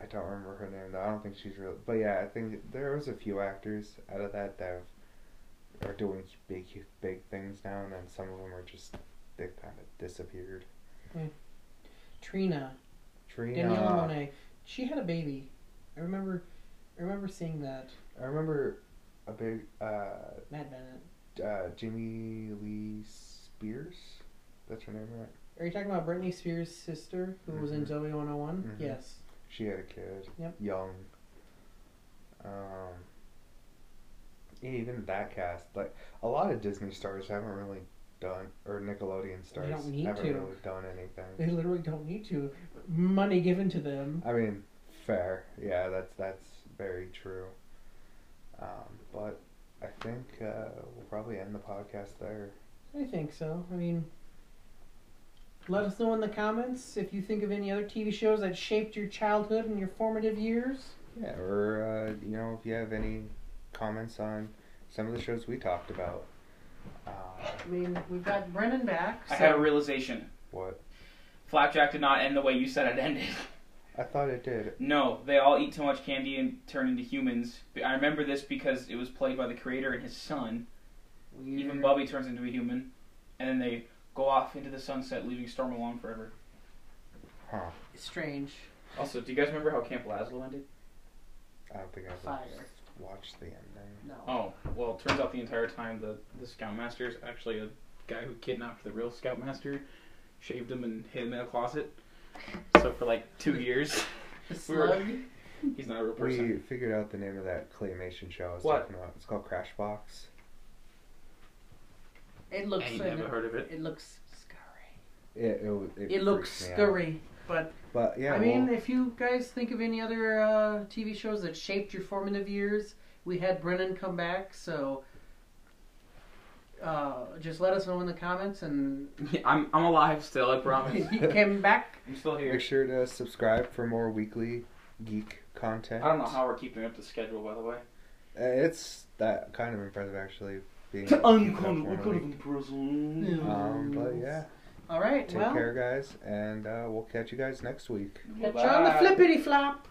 I don't remember her name though. I don't think she's real. But yeah, I think there was a few actors out of that that have, are doing big, big things now, and then some of them are just they kind of disappeared.
Trina.
Trina.
Daniela Monet. She had a baby. I remember I remember seeing that.
I remember a big uh,
Matt Bennett.
uh, Jimmy Lee Spears. That's her name, right?
Are you talking about Britney Spears' sister who was in
Mhm.
Zoe 101?
Mhm.
Yes.
She had a kid.
Yep.
Young. Um. yeah, Even that cast, like a lot of Disney stars, haven't really done, or Nickelodeon stars
don't need
haven't
to.
really done
They
anything.
literally don't need to. Money given to them.
I mean, fair. Yeah, that's that's very true. Um, but I think uh, we'll probably end the podcast there.
I think so. I mean, let us know in the comments if you think of any other TV shows that shaped your childhood and your formative years.
Yeah, or uh, you know, if you have any comments on some of the shows we talked about, uh,
I mean, we've got Brennan back.
I had a realization.
what
Flapjack did not end the way you said it ended. [laughs]
I thought it did.
No, they all eat too much candy and turn into humans. I remember this because it was played by the creator and his son. Even Bubby turns into a human, and then they go off into the sunset, leaving Storm alone forever.
Huh.
Strange.
Also, do you guys remember how Camp Lazlo ended?
I don't think I've
Fire.
watched the ending.
No.
Oh, well, it turns out the entire time the, the Scoutmaster is actually a guy who kidnapped the real Scoutmaster, shaved him, and hid him in a closet. So for like two years, [laughs]
The
we were-
slug.
[laughs] he's not a real person.
We figured out the name of that claymation show I was
What?
talking about. It's called Crashbox.
It looks.
I never heard of it. [laughs]
It looks scary.
It, it, was- it,
It looks
freaked me out.
scary. But
But yeah,
I mean,
well,
if you guys think of any other uh, TV shows that shaped your formative years, we had Brennan come back, so. Uh, just let us know in the comments, and
I'm, I'm alive still, I promise.
he came back.
[laughs] I'm still
make
here.
sure to subscribe for more weekly geek content.
I don't know how we're keeping up the schedule, by the way.
Uh, It's that kind of impressive actually.
[laughs]
Being able to keep it up one a week.
prison.
Um, but yeah,
All right.
take
well,
care, guys, and uh, we'll catch you guys next week.
Catch you on the flippity flop.